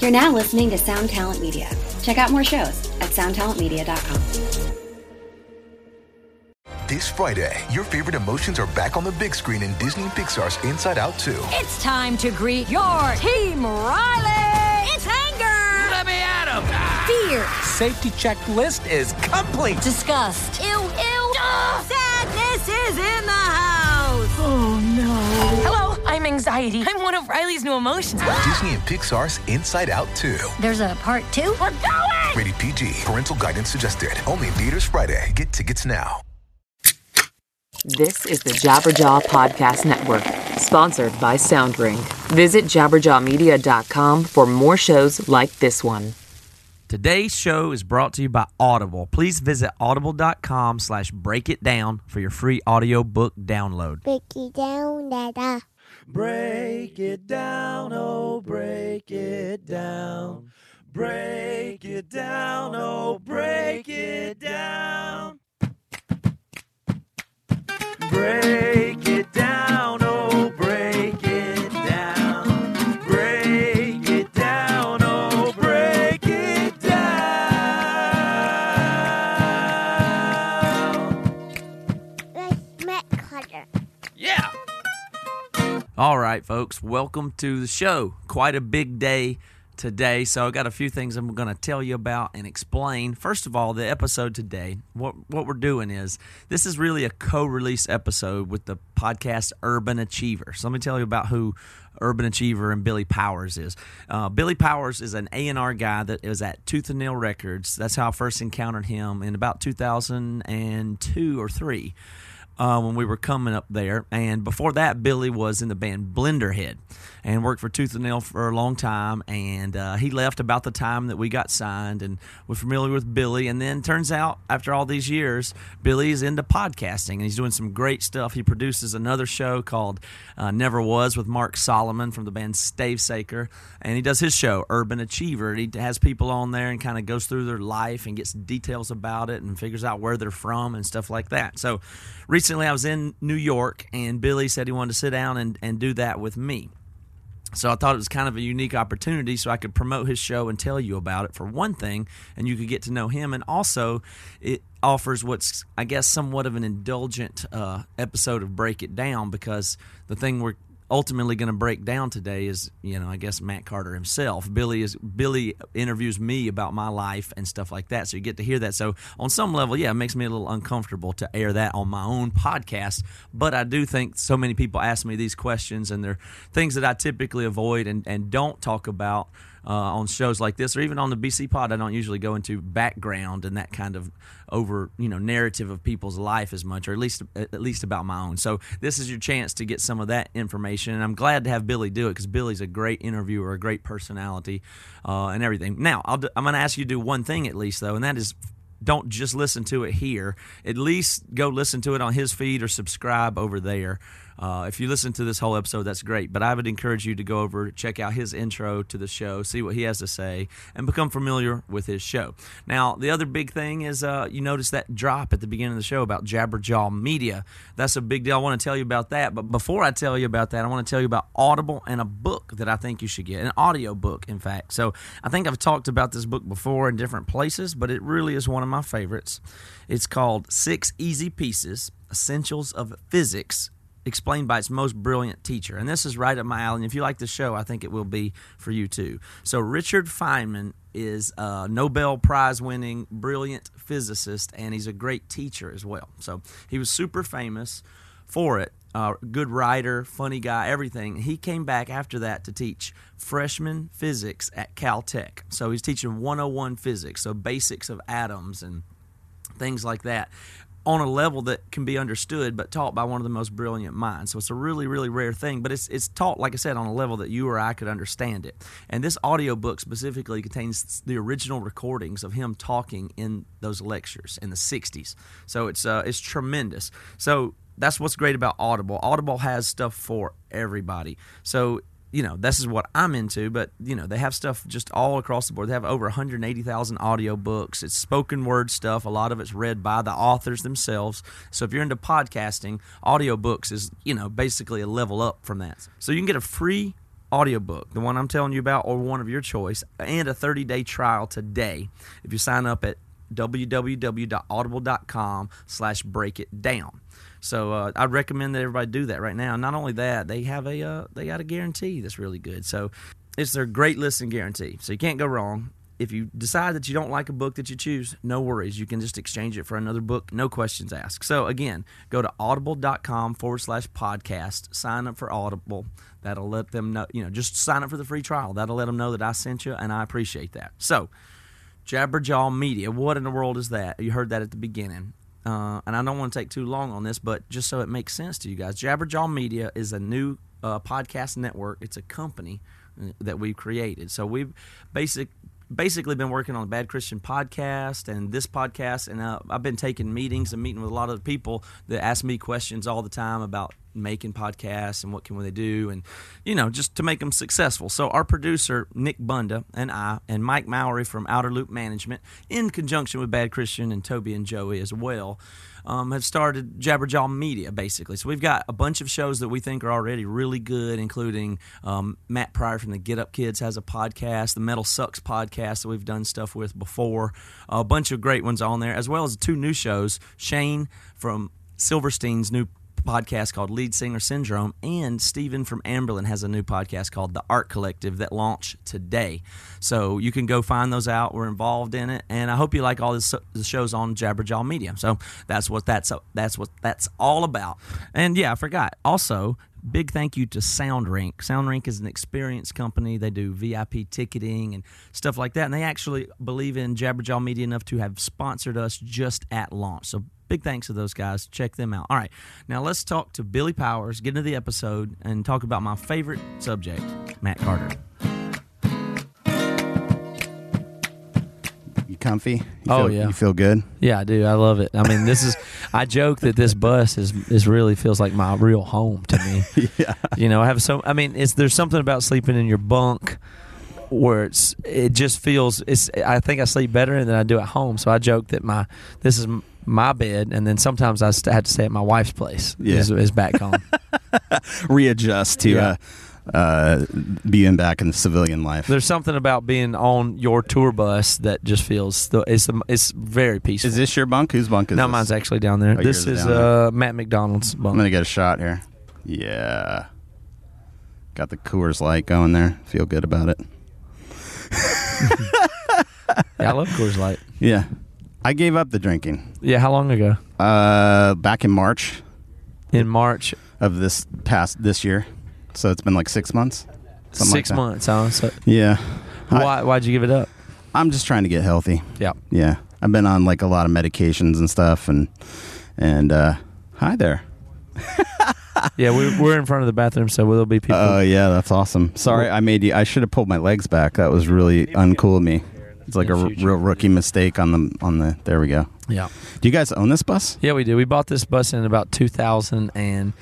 You're now listening to Sound Talent Media. Check out more shows at soundtalentmedia.com. This Friday, your favorite emotions are back on the big screen in Disney Pixar's Inside Out 2. It's time to greet your team, Riley! It's anger! Let me at him! Fear! Safety checklist is complete! Disgust! Ew, ew! Ugh. Sadness is in the house! Oh no. Hello, I'm anxiety. I'm one of Riley's new emotions. Disney and Pixar's Inside Out 2. There's a part two? We're going! Rated PG. Parental guidance suggested. Only in theaters Friday. Get tickets now. This is the Jabberjaw Podcast Network, sponsored by Soundring. Visit jabberjawmedia.com for more shows like this one. Today's show is brought to you by Audible. Please visit audible.com slash break it down for your free audiobook download. Break it down, Dada. Break it down, oh, break it down. Break it down, oh, break it down. Break it down, oh, break it down. Break it down, oh, break it down. Let's make color. Yeah. All right, folks, welcome to the show. Quite a big day today, so I got a few things I'm going to tell you about and explain. First of all, the episode today, what what we're doing is this is really a co-release episode with the podcast Urban Achiever. So let me tell you about who Urban Achiever and Billy Powers is. Uh, Billy Powers is an A&R guy that was at Tooth and Nail Records. That's how I first encountered him in about 2002 or 3. Uh, when we were coming up there. And before that, Billy was in the band Blenderhead and worked for Tooth and Nail for a long time. And uh, he left about the time that we got signed and we're familiar with Billy. And then turns out, after all these years, Billy is into podcasting and he's doing some great stuff. He produces another show called uh, Never Was with Mark Solomon from the band Stavesaker. And he does his show, Urban Achiever. He has people on there and kind of goes through their life and gets details about it and figures out where they're from and stuff like that. So, recently I was in New York and Billy said he wanted to sit down and, and do that with me. So I thought it was kind of a unique opportunity so I could promote his show and tell you about it for one thing and you could get to know him and also it offers what's I guess somewhat of an indulgent uh, episode of Break It Down because the thing we're ultimately going to break down today is you know I guess Matt Carter himself. Billy is Billy interviews me about my life and stuff like that, so you get to hear that. So on some level, yeah, it makes me a little uncomfortable to air that on my own podcast, but I do think so many people ask me these questions and they're things that I typically avoid and and don't talk about. Uh, on shows like this, or even on the BC Pod, I don't usually go into background and that kind of over you know narrative of people's life as much, or at least at least about my own. So this is your chance to get some of that information, and I'm glad to have Billy do it because Billy's a great interviewer, a great personality, uh, and everything. Now i am going to ask you to do one thing at least though, and that is don't just listen to it here. At least go listen to it on his feed or subscribe over there. Uh, if you listen to this whole episode, that's great. But I would encourage you to go over, check out his intro to the show, see what he has to say, and become familiar with his show. Now, the other big thing is uh, you notice that drop at the beginning of the show about Jabberjaw Media. That's a big deal. I want to tell you about that. But before I tell you about that, I want to tell you about Audible and a book that I think you should get, an audio book, in fact. So I think I've talked about this book before in different places, but it really is one of my favorites. It's called Six Easy Pieces Essentials of Physics explained by its most brilliant teacher. And this is right up my alley. And if you like the show, I think it will be for you too. So, Richard Feynman is a Nobel Prize winning brilliant physicist, and he's a great teacher as well. So, he was super famous for it. Uh, good writer, funny guy, everything. He came back after that to teach freshman physics at Caltech. So he's teaching 101 physics, so basics of atoms and things like that on a level that can be understood but taught by one of the most brilliant minds. So it's a really, really rare thing, but it's it's taught, like I said, on a level that you or I could understand it. And this audiobook specifically contains the original recordings of him talking in those lectures in the 60s. So it's uh, it's tremendous. So that's what's great about Audible. Audible has stuff for everybody. So you know, this is what I'm into, but you know, they have stuff just all across the board. They have over 180,000 audiobooks. It's spoken word stuff. A lot of it's read by the authors themselves. So if you're into podcasting, audiobooks is, you know, basically a level up from that. So you can get a free audiobook, the one I'm telling you about, or one of your choice, and a 30 day trial today if you sign up at www.audible.com slash break it down so uh, i'd recommend that everybody do that right now not only that they have a uh, they got a guarantee that's really good so it's their great listen guarantee so you can't go wrong if you decide that you don't like a book that you choose no worries you can just exchange it for another book no questions asked so again go to audible.com forward slash podcast sign up for audible that'll let them know you know just sign up for the free trial that'll let them know that i sent you and i appreciate that so Jabberjaw Media. What in the world is that? You heard that at the beginning. Uh, and I don't want to take too long on this, but just so it makes sense to you guys, Jabberjaw Media is a new uh, podcast network. It's a company uh, that we've created. So we've basic, basically been working on the Bad Christian podcast and this podcast, and uh, I've been taking meetings and meeting with a lot of people that ask me questions all the time about making podcasts and what can they do and you know just to make them successful so our producer nick bunda and i and mike Mowry from outer loop management in conjunction with bad christian and toby and joey as well um, have started jabberjaw media basically so we've got a bunch of shows that we think are already really good including um, matt pryor from the get up kids has a podcast the metal sucks podcast that we've done stuff with before a bunch of great ones on there as well as two new shows shane from silverstein's new podcast called Lead Singer Syndrome, and Steven from Amberlin has a new podcast called The Art Collective that launched today. So you can go find those out. We're involved in it, and I hope you like all this, the shows on Jabberjaw Media. So that's what that's that's what that's all about. And yeah, I forgot. Also, big thank you to SoundRink. SoundRink is an experience company. They do VIP ticketing and stuff like that. And they actually believe in Jabberjaw Media enough to have sponsored us just at launch. So big thanks to those guys. Check them out. All right, now let's talk to Billy Powers, get into the episode, and talk about my favorite subject, Matt Carter. You comfy? You Oh, feel, yeah. You feel good? Yeah, I do. I love it. I mean, this is. I joke that this bus is is really feels like my real home to me. yeah. You know, I have so. I mean, it's there's something about sleeping in your bunk where it's it just feels it's. I think I sleep better than I do at home. So I joke that my this is m- my bed, and then sometimes I st- have to stay at my wife's place. Yeah. Is, is back home. Readjust to Yeah. uh, uh, being back in civilian life. there's something about being on your tour bus that just feels. the- It's the- it's very peaceful. is this your bunk? Whose bunk is no, this? mine's actually down there. Oh, this is yours is down there. uh, Matt McDonald's bunk. I'm gonna get a shot here. Yeah. Got the Coors Light going there. Feel good about it. Yeah, I love Coors Light. Yeah. I gave up the drinking Yeah, how long ago? uh, back in March In March, of this past this year, so it's been like six months. Something six like that. months. Huh? So, Yeah. I- why? Why'd you give it up? I'm just trying to get healthy. Yeah. Yeah, I've been on like a lot of medications and stuff, and and uh, hi there. Yeah, we're, we're in front of the bathroom, so there'll be people. Oh yeah, that's awesome. Sorry, I made you. I should have pulled my legs back. That was really uncool of me. It's like a r- real rookie mistake on the on the. There we go. yeah. Do you guys own this bus? Yeah, we do. We bought this bus in about 2009.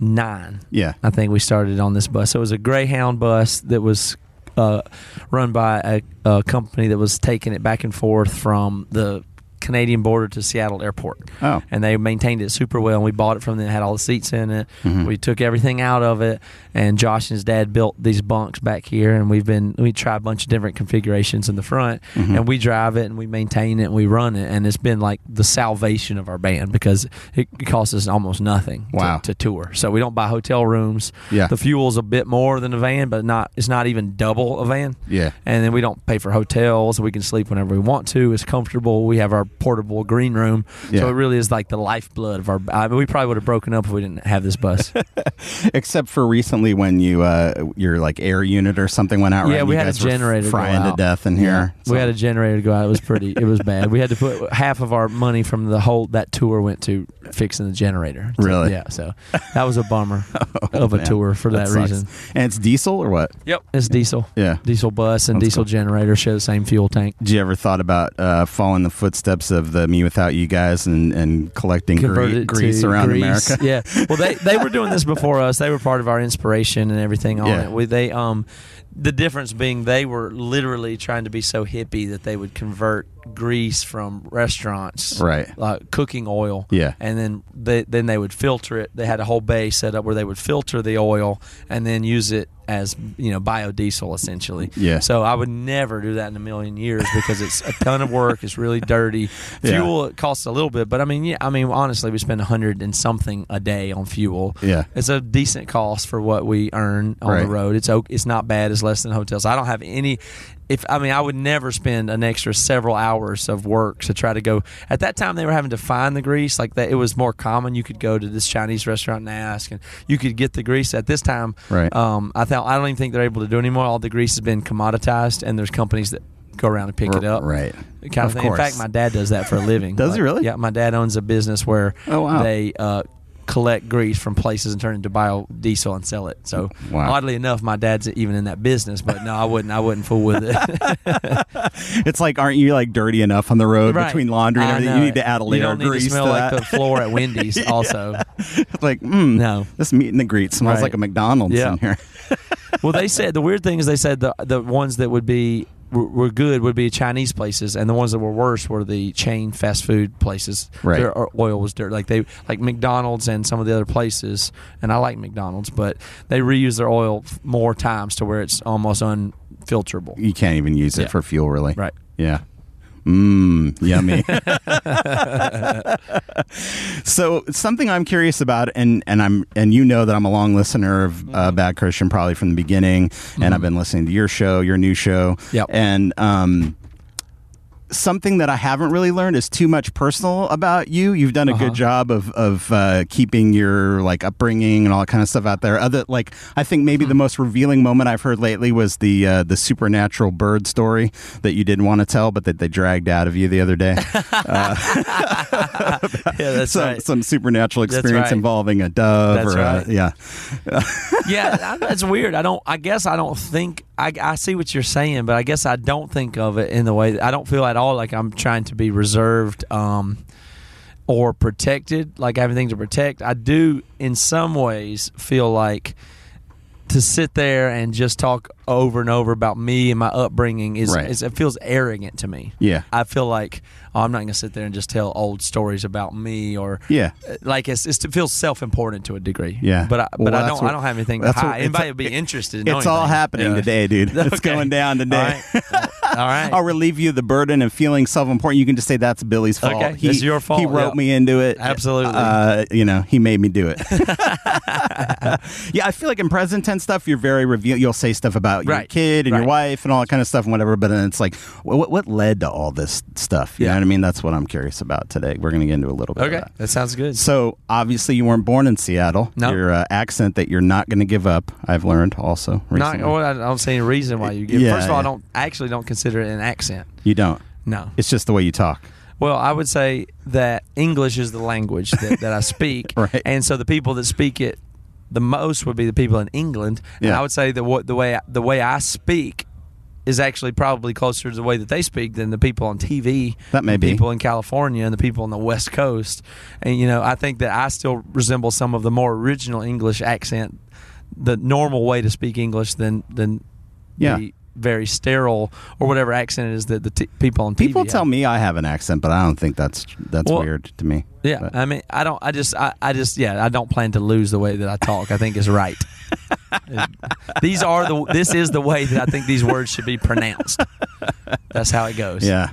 Yeah. I think we started on this bus. It was a Greyhound bus that was uh, run by a, a company that was taking it back and forth from the Canadian border to Seattle Airport. Oh. And they maintained it super well. And we bought it from them, had all the seats in it. Mm-hmm. We took everything out of it. And Josh and his dad built these bunks back here. And we've been, we try a bunch of different configurations in the front. Mm-hmm. And we drive it and we maintain it and we run it. And it's been like the salvation of our band because it costs us almost nothing to- Wow. to to tour. So we don't buy hotel rooms. Yeah. The fuel's a bit more than a van, but not it's not even double a van. Yeah. And then we don't pay for hotels. We can sleep whenever we want to. It's comfortable. We have our portable green room. Yeah. So it really is like the lifeblood of our I mean, we probably would have broken up if we didn't have this bus. Except for recently when you uh your like air unit or something went out. right? Yeah, And we you had a guys were generator go frying to out. death in here. we had a So- generator go out. It was pretty it was bad. We had to put half of our money from the whole that tour went to fixing the generator. So, Really? Oh, Yeah. So that was a bummer of a man, tour for that, sucks. reason. And it's diesel or what? Yep. It's diesel. Yeah. Diesel bus and diesel generator share the same fuel tank. Did you ever thought about uh, following the footsteps of the Me Without You guys and, and collecting gre- Converted grease to around Greece. America? Yeah. Well, they, they were doing this before us. They were part of our inspiration and everything on Yeah. it. We, they um The difference being they were literally trying to be so hippie that they would convert grease from restaurants, Right. Like cooking oil, Yeah. and then they, then they would filter it. They had a whole bay set up where they would filter the oil and then use it as you know biodiesel essentially. Yeah. So I would never do that in a million years because it's a ton of work. It's really dirty. Yeah. Fuel it costs a little bit, but I mean, yeah, I mean honestly, we spend a hundred and something a day on fuel. Yeah. It's a decent cost for what we earn on the Right. road. It's o- it's not bad. It's less than hotels. I don't have any. If I mean, I would never spend an extra several hours of work to try to go. At that time, they were having to find the grease. Like that, it was more common. You could go to this Chinese restaurant and ask, and you could get the grease. At this time, Right. Um, I thought I don't even think they're able to do it anymore. All the grease has been commoditized, and there's companies that go around and pick it up. Right. Kind of, Of thing. In fact, course. my dad does that for a living. Does he really? Yeah, my dad owns a business where Oh, wow. they uh, collect grease from places and turn it into biodiesel and sell it. So Wow. oddly enough, my dad's even in that business. But no, I wouldn't. I wouldn't fool with it. It's like, aren't you like dirty enough on the road Right. between laundry and I everything? know You need it. to add a layer You don't of need grease to smell to like that. the floor at Wendy's. Also, like, mm, No. this meat and the grease smells Right. like a McDonald's Yeah. in here. well, they said the weird thing is they said the the ones that would be were- were good would be Chinese places, and the ones that were worse were the chain fast food places. Right. their o- oil was dirty. Like they like McDonald's and some of the other places. And I like McDonald's, but they reuse their oil f- more times to where it's almost unfilterable. you can't even use it Yeah. for fuel, really. Right. Yeah. Mmm, yummy. so something I'm curious about, and and I'm and you know that I'm a long listener of uh, Bad Christian probably from the beginning, and I've been listening to your show, your new show, Yep. and um, something that I haven't really learned is too much personal about you. You've done a good job of of uh, keeping your like upbringing and all that kind of stuff out there. Other like I think maybe the most revealing moment I've heard lately was the uh, the supernatural bird story that you didn't want to tell, but that they dragged out of you the other day. Yeah, that's some, some supernatural That's experience right. involving a dove That's or a- right. yeah. yeah, I- it's weird. I don't. I guess I don't think. I, I see what you're saying, but I guess I don't think of it in the way. I don't feel at all like I'm trying to be reserved um, or protected. Like I have anything to protect. I do, in some ways, feel like to sit there and just talk over and over about me and my upbringing is, Right. is it feels arrogant to me. Yeah. I feel like oh, I'm not going to sit there and just tell old stories about me or uh, Yeah. like it's, it's it feels self important to a degree. Yeah. but I, Well, but I that's don't what- I don't have anything to that's what- hide. it's- Anybody would be interested. in It's knowing all things. happening Yeah. today, dude. It's Okay. going down today. All right. All right. I'll relieve you of the burden of feeling self-important. You can just say that's Billy's fault. Okay, it's your fault, He wrote yeah. me into it. Absolutely. Uh, you know, he made me do it. yeah, I feel like in present tense stuff, you're very reveal. You'll say stuff about your Right, kid and your right. wife and all that kind of stuff and whatever. But then it's like, wh- what, what led to all this stuff? You Yeah. know what I mean? That's what I'm curious about today. We're going to get into a little bit. of Okay, that. that sounds good. So obviously, you weren't born in Seattle. No. Your uh, accent that you're not going to give up. I've learned also Not, oh, uh, recently. well, I don't see any reason why you give. Yeah, First of all, I yeah. don't I actually don't consider it an accent. you don't. No. It's just the way you talk. Well, I would say that English is the language that, that I speak, Right. and so the people that speak it the most would be the people in England. And Yeah. I would say that what the way the way I speak is actually probably closer to the way that they speak than the people on TV. That may the be. people in California and the people on the West Coast. And you know, I think that I still resemble some of the more original English accent, the normal way to speak English than than Yeah. the very sterile or whatever accent it is that the t- people on TV People have. tell me I have an accent, but I don't think that's that's Well, weird to me. Yeah, But- I mean, I don't. I just, I, I just, yeah, I don't plan to lose the way that I talk. I think it's right. these are the. This is the way that I think these words should be pronounced. That's how it goes. yeah.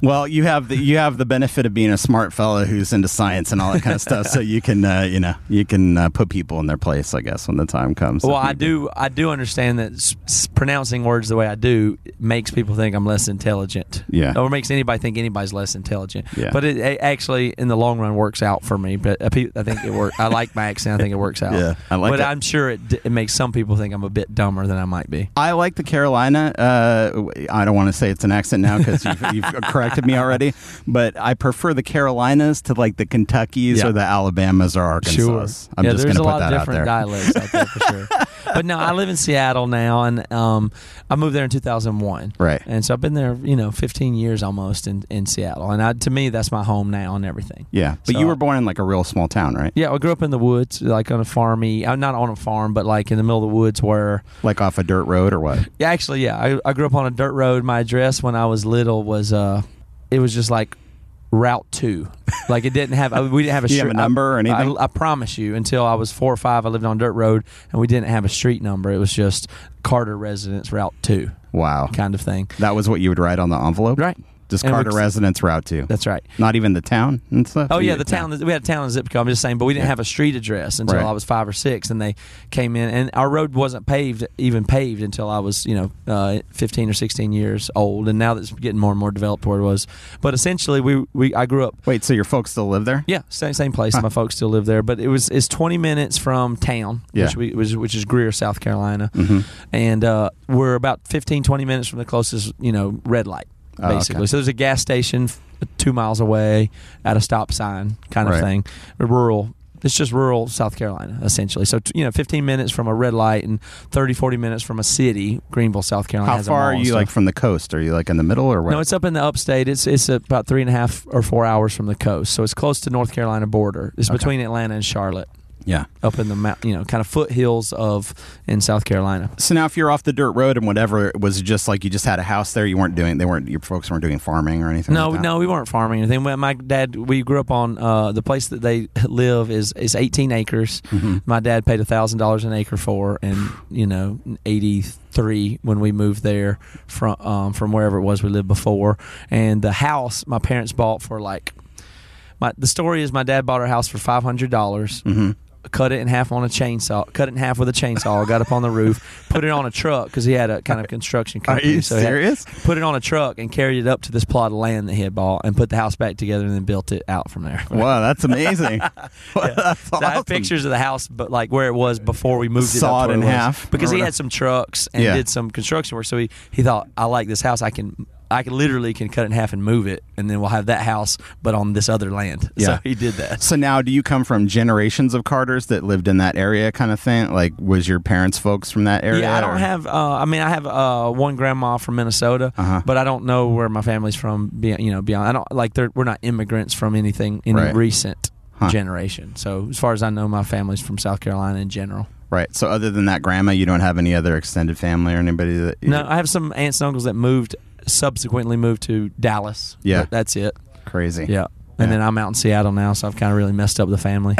Well, you have the you have the benefit of being a smart fellow who's into science and all that kind of stuff, so you can uh, you know you can uh, put people in their place, I guess, when the time comes. Well, if I need be. do. I do understand that s- s- pronouncing words the way I do makes people think I'm less intelligent. Yeah. Or makes anybody think anybody's less intelligent. Yeah. But it, a- actually, in the long run, works out for me. But I pe- I think it works. I like my accent. I think it works out. Yeah, I like But it. I'm sure it, d- it makes some people think I'm a bit dumber than I might be. I like the Carolina. Uh, I don't want to say it's an accent now because you've, you've corrected corrected me already, but I prefer the Carolinas to like the Kentuckys Yeah. or the Alabamas or Arkansas. I'm yeah, there's just going to a put lot that of out different there. dialects out there for sure. But no, I live in Seattle now, and um, I moved there in 2001. Right. and so I've been there, you know, 15 years almost in, in Seattle, and I, to me, that's my home now and everything. yeah, but So you I- were born in like a real small town, right? Yeah, I grew up in the woods, like on a farmy. I'm not on a farm, but like in the middle of the woods where Like off a dirt road or what? Yeah, actually, yeah. I, I grew up on a dirt road. My address when I was little was uh, it was just like Route Two. Like it didn't have we didn't have a You didn't street have a number or I- anything? I, I promise you, until I was four or five, I lived on a dirt road, and we didn't have a street number. It was just Carter Residence Route Two Wow, kind of thing. that was what you would write on the envelope, Right. Just And Carter we're- Residence Route Two. That's right. Not even the town and stuff. Oh yeah, You- the town. We had a town and zip code. I'm just saying, but we didn't have a street address until Right. I was five or six, and they came in, and our road wasn't paved, even paved, until I was you know uh, 15 or 16 years old, and now that's getting more and more developed where it was. But essentially, we we I grew up. Wait, so your folks still live there? Yeah, same same place. My folks still live there, but it was it's 20 minutes from town, Yeah. Mm-hmm. which we which, which is Greer, South Carolina, and uh, we're about 15 20 minutes from the closest you know red light, Ah, okay. basically. So there's a gas station f- two miles away at a stop sign kind of Right. thing, rural. It's just rural South Carolina, essentially. So, t- you know, 15 minutes from a red light and 30, 40 minutes from a city, Greenville, South Carolina. How has a far mall are and you stuff. like from the coast? Are you like in the middle or what? No, it's up in the upstate. It's it's about three and a half or four hours from the coast, so it's close to North Carolina border. It's between Atlanta and Charlotte, yeah. up in the mount, you know, kind of foothills of in South Carolina. So now, if you're off the dirt road and whatever, it was just like you just had a house there. You weren't doing. They weren't. Your folks weren't doing farming or anything. No, like that? no, we weren't farming or anything. Well, My dad, we grew up on uh, the place that they live is is 18 acres. Mm-hmm. My dad paid thousand dollars an acre for, and you know, 83 when we moved there from um, from wherever it was we lived before, and the house my parents bought for like. My, the story is my dad bought our house for five hundred dollars. Mm-hmm. Cut it in half on a chainsaw. Cut it in half with a chainsaw. got up on the roof, put it on a truck because he had a kind of construction Are company. you he had- serious? put it on a truck and carried it up to this plot of land that he had bought and put the house back together and then built it out from there. Wow, that's amazing. that's I awesome. have pictures of the house, but like where it was before we moved it. Saw up it where in was. half because he or whatever. had some trucks and Yeah. did some construction work. So he, he thought, I like this house. I can I can literally can cut it in half and move it, and then we'll have that house, but on this other land. Yeah. So he did that. So now, do you come from generations of Carters that lived in that area, kind of thing? Like, was your parents' folks from that area? Yeah, I don't or- have. Uh, I mean, I have uh, one grandma from Minnesota, Uh-huh. but I don't know where my family's from. Beyond, you know, beyond I don't like. They're, we're not immigrants from anything any Right. recent Huh. generation. So as far as I know, my family's from South Carolina in general. Right. So, other than that grandma, you don't have any other extended family or anybody that. You, No, I have some aunts and uncles that moved subsequently moved to Dallas. Yeah. but that's it. Crazy. Yeah. And Yeah. then I'm out in Seattle now, so I've kind of really messed up the family.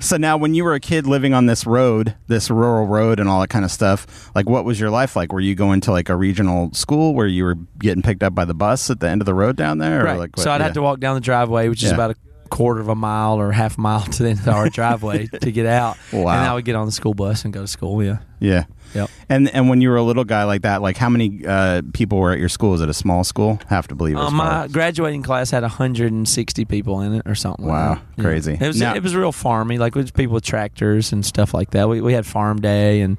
So now, when you were a kid living on this road, this rural road, and all that kind of stuff, like, what was your life like? Were you going to like a regional school where you were getting picked up by the bus at the end of the road down there? Or right. like, so I'd have to walk down the driveway, which is Yeah. about a quarter of a mile or half mile to the end of our driveway to get out. Wow. And I would get on the school bus and go to school. Yeah. Yeah. Yep. And and when you were a little guy like that, like how many uh, people were at your school? Is it a small school? Have to believe it. was Uh, small. my graduating class had 160 people in it or something. like Wow, that. Yeah. crazy. It was Now- it was real farmy, like with people with tractors and stuff like that. We, we had farm day and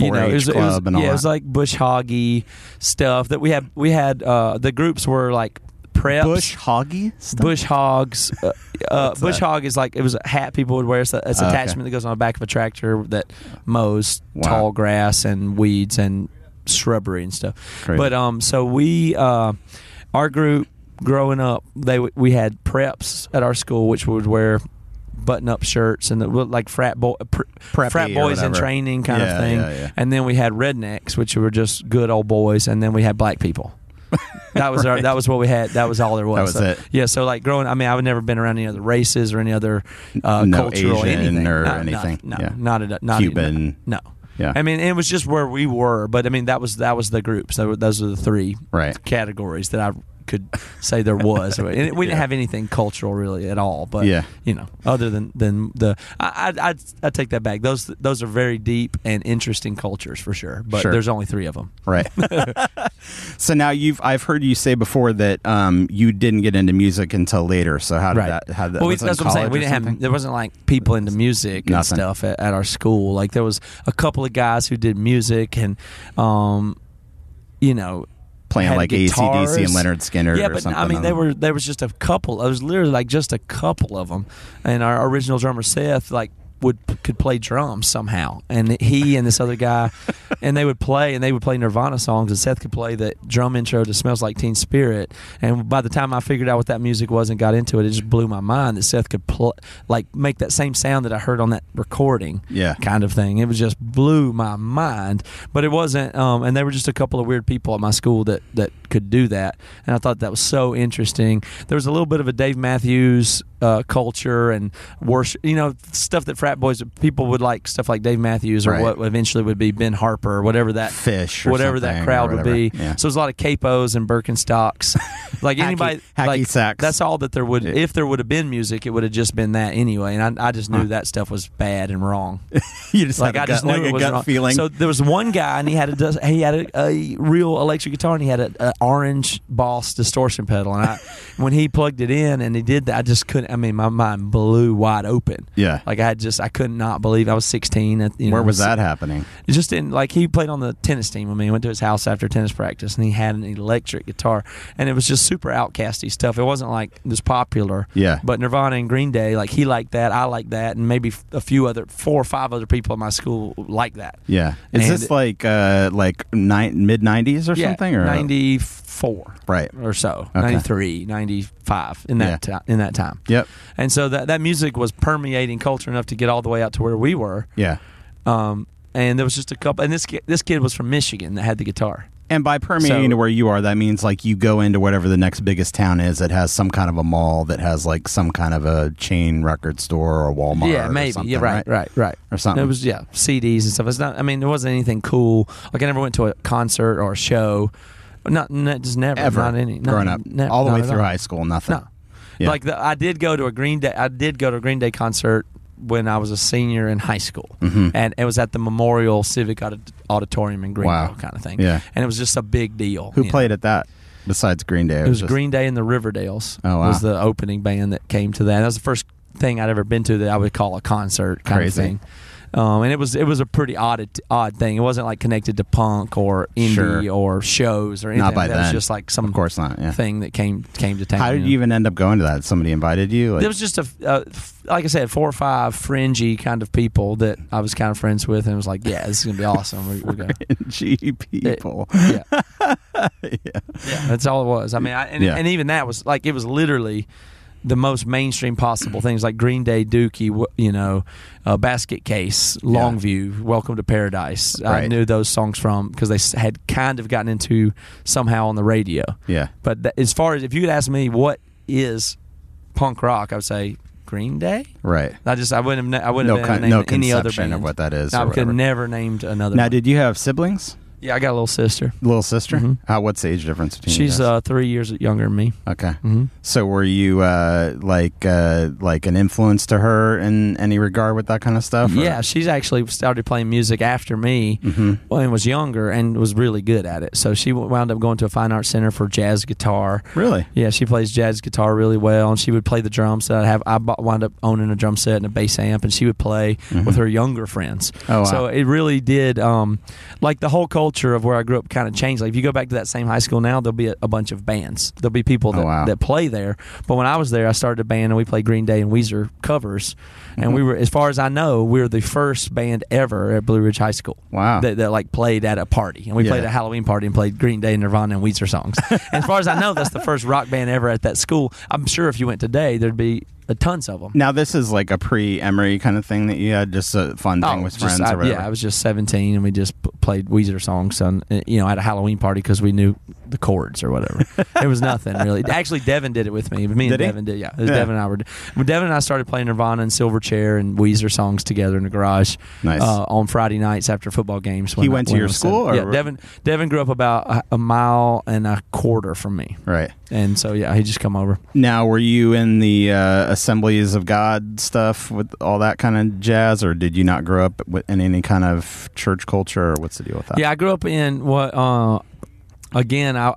you know, 4-H it was, it was, club and all yeah, it was that. like bush hoggy stuff that we had. We had uh, the groups were like preps. Bush hoggy stuff. Bush hogs. Uh, uh, bush hog is like it was a hat people would wear. It's, a, it's Oh, okay. attachment that goes on the back of a tractor that mows Wow. tall grass and weeds and shrubbery and stuff. Crazy. But um, so we uh, our group growing up, they w- we had preps at our school, which would wear button-up shirts and it looked like frat boy pr- Preppy frat or boys in whatever. training kind Yeah, of thing yeah, yeah. and then we had rednecks which were just good old boys and then we had black people that was our, that was what we had. That was all there was. That was So- it. Yeah. So like growing, I mean, I've never been around any other races or any other uh, No cultural Asian anything or No, anything. No, no, Yeah. not at, not Cuban. no. Yeah. I mean, it was just where we were, but I mean, that was that was the groups. So those are the three Right. categories that I could say there was. And it- we didn't have anything cultural really at all, but Yeah. you know, other than than the, I I, I I take that back. Those those are very deep and interesting cultures for sure. But Sure. there's only three of them. Right. so now you've I've heard you say before that um, you didn't get into music until later. So how did that how did that well, we, was it in that's what I'm saying. college We or didn't something? have there wasn't like people into music and Nothing. stuff at, at our school. Like there was a couple of guys who did music and, um, you know, playing had like guitars. ACDC and Leonard Skinner Yeah, or but something. I mean, on they them. were there was just a couple. It was literally like just a couple of them, and our original drummer Seth like would could play drums somehow, and he and this other guy, and they would play and they would play Nirvana songs, and Seth could play the drum intro to "Smells Like Teen Spirit," and by the time I figured out what that music was and got into it, it just blew my mind that Seth could pl- like make that same sound that I heard on that recording, Yeah. kind of thing. It was just blew my mind, but it wasn't. Um, and they were just a couple of weird people at my school that that could do that, and I thought that was so interesting. There was a little bit of a Dave Matthews uh, culture and worship, you know, stuff that frat boys people would like stuff like Dave Matthews or Right. what eventually would be Ben Harper or whatever that Fish or whatever that something or crowd would be. whatever. Yeah. So there's a lot of capos and Birkenstocks, like Hacky- anybody hacky like, sacks. That's all that there would Yeah. if there would have been music, it would have just been that anyway. And I, I just knew that stuff was bad and wrong. you just like had I a gut, just knew like it a was gut wrong. feeling. So there was one guy, and he had a dus- he had a, a real electric guitar, and he had an orange Boss distortion pedal. And I, when he plugged it in and he did that, I just couldn't. I mean, my mind blew wide open. Yeah. like I just I could not believe I was 16. At, you Where know, was that happening? it just didn't like he played on the tennis team with me. Went to his house after tennis practice, and he had an electric guitar, and it was just super outcasty stuff. It wasn't like this popular, Yeah. But Nirvana and Green Day, like he liked that, I liked that, and maybe f- a few other four or five other people at my school like that. Yeah. And- Is this like uh like ni- mid 90s or something or ninety four, Right. or so, Okay. 93, 95 in that Yeah. ti- in that time. Yep. And so that that music was permeating culture enough to get all the way out to where we were. Yeah. Um, and there was just a couple, and this ki- this kid was from Michigan that had the guitar. And by permeating So- to where you are, that means like you go into whatever the next biggest town is that has some kind of a mall that has like some kind of a chain record store or Walmart. yeah, or maybe. something, yeah, right, right, right, Or something. It was yeah, CDs and stuff. It's not. I mean, there wasn't anything cool. Like I never went to a concert or a show. Not, not just never. Ever Not any. Not, growing up, ne- all the not way at through all. high school, nothing. No. Yeah. Like the, I did go to a Green Day. I did go to a Green Day concert when I was a senior in high school, Mm-hmm. and it was at the Memorial Civic Audit- Auditorium in Greenville, Wow. kind of thing. Yeah. and it was just a big deal. Who you know. played at that besides Green Day? It was just- Green Day and the Riverdales. Oh, wow. was the opening band that came to that. That was the first thing I'd ever been to that I would call a concert kind Crazy. of thing. Um, and it was it was a pretty odd odd thing. It wasn't like connected to punk or indie Sure. or shows or anything. by that was then. just like some Of course not, yeah. thing that came came to town. How did know? you even end up going to that? Somebody invited you? Like, There was just a, a like I said, four or five fringy kind of people that I was kind of friends with, and was like, yeah, this is gonna be awesome. We, we go. G people. Yeah. yeah, That's all it was. I mean, I, and, Yeah. and even that was like it was literally the most mainstream possible things like Green Day, Dookie, wh- you know, uh, Basket Case, Longview, Welcome to Paradise. I Right. knew those songs from because they s- had kind of gotten into somehow on the radio. Yeah. But th- as far as if you could ask me what is punk rock, I would say Green Day. Right. I just I wouldn't have na- I wouldn't No have con- named no any other conception band of what that is I or could have whatever. never named another. Now, one. did you have siblings? yeah, I got a little sister. Little sister? Uh, what's the age difference between you Mm-hmm. She's guys? uh, mm-hmm. three years younger than me. Okay. So were you uh, like uh, like an influence to her in any regard with that kind of stuff? or- Yeah, she's actually started playing music after me and was younger and was really good at it. So she w- wound up going to a fine arts center for jazz guitar. Really? Yeah, she plays jazz guitar really well, and she would play the drums that I have. I bought, wound up owning a drum set and a bass amp, and she would play with her younger friends. Mm-hmm. Oh, wow. So it really did, um, like the whole culture of where I grew up kind of changed. Like if you go back to that same high school now, there'll be a, a bunch of bands. There'll be people that, Oh, wow. that play there. But when I was there, I started a band and we played Green Day and Weezer covers. Mm-hmm. And we were, as far as I know, we were the first band ever at Blue Ridge High School. Wow. That, that like played at a party, and we Yeah. played a Halloween party and played Green Day, Nirvana, and Weezer songs. as far as I know, that's the first rock band ever at that school. I'm sure if you went today, there'd be a tons of them. Now this is like a pre-Emery kind of thing that you had, just a fun thing with Oh, just- friends I- or whatever. yeah, I was just 17, and we just p- played Weezer songs on uh, you know at a Halloween party because we knew the chords or whatever. it was nothing really. Actually, Devin did it with me. Me and Did he? Devin did. Yeah, it was Yeah. Devin and I were. well, Devin and I started playing Nirvana and Silverchair and Weezer songs together in the garage. Nice. uh, on Friday nights after football games. when He I- went to when I your was school, seven. or- Yeah, Devin. Devin grew up about a, a mile and a quarter from me. right. And so yeah, he just come over. Now, were you in the uh, Assemblies of God stuff with all that kind of jazz, or did you not grow up with, in any kind of church culture, or what's the deal with that? Yeah, I grew up in what? Uh, again, I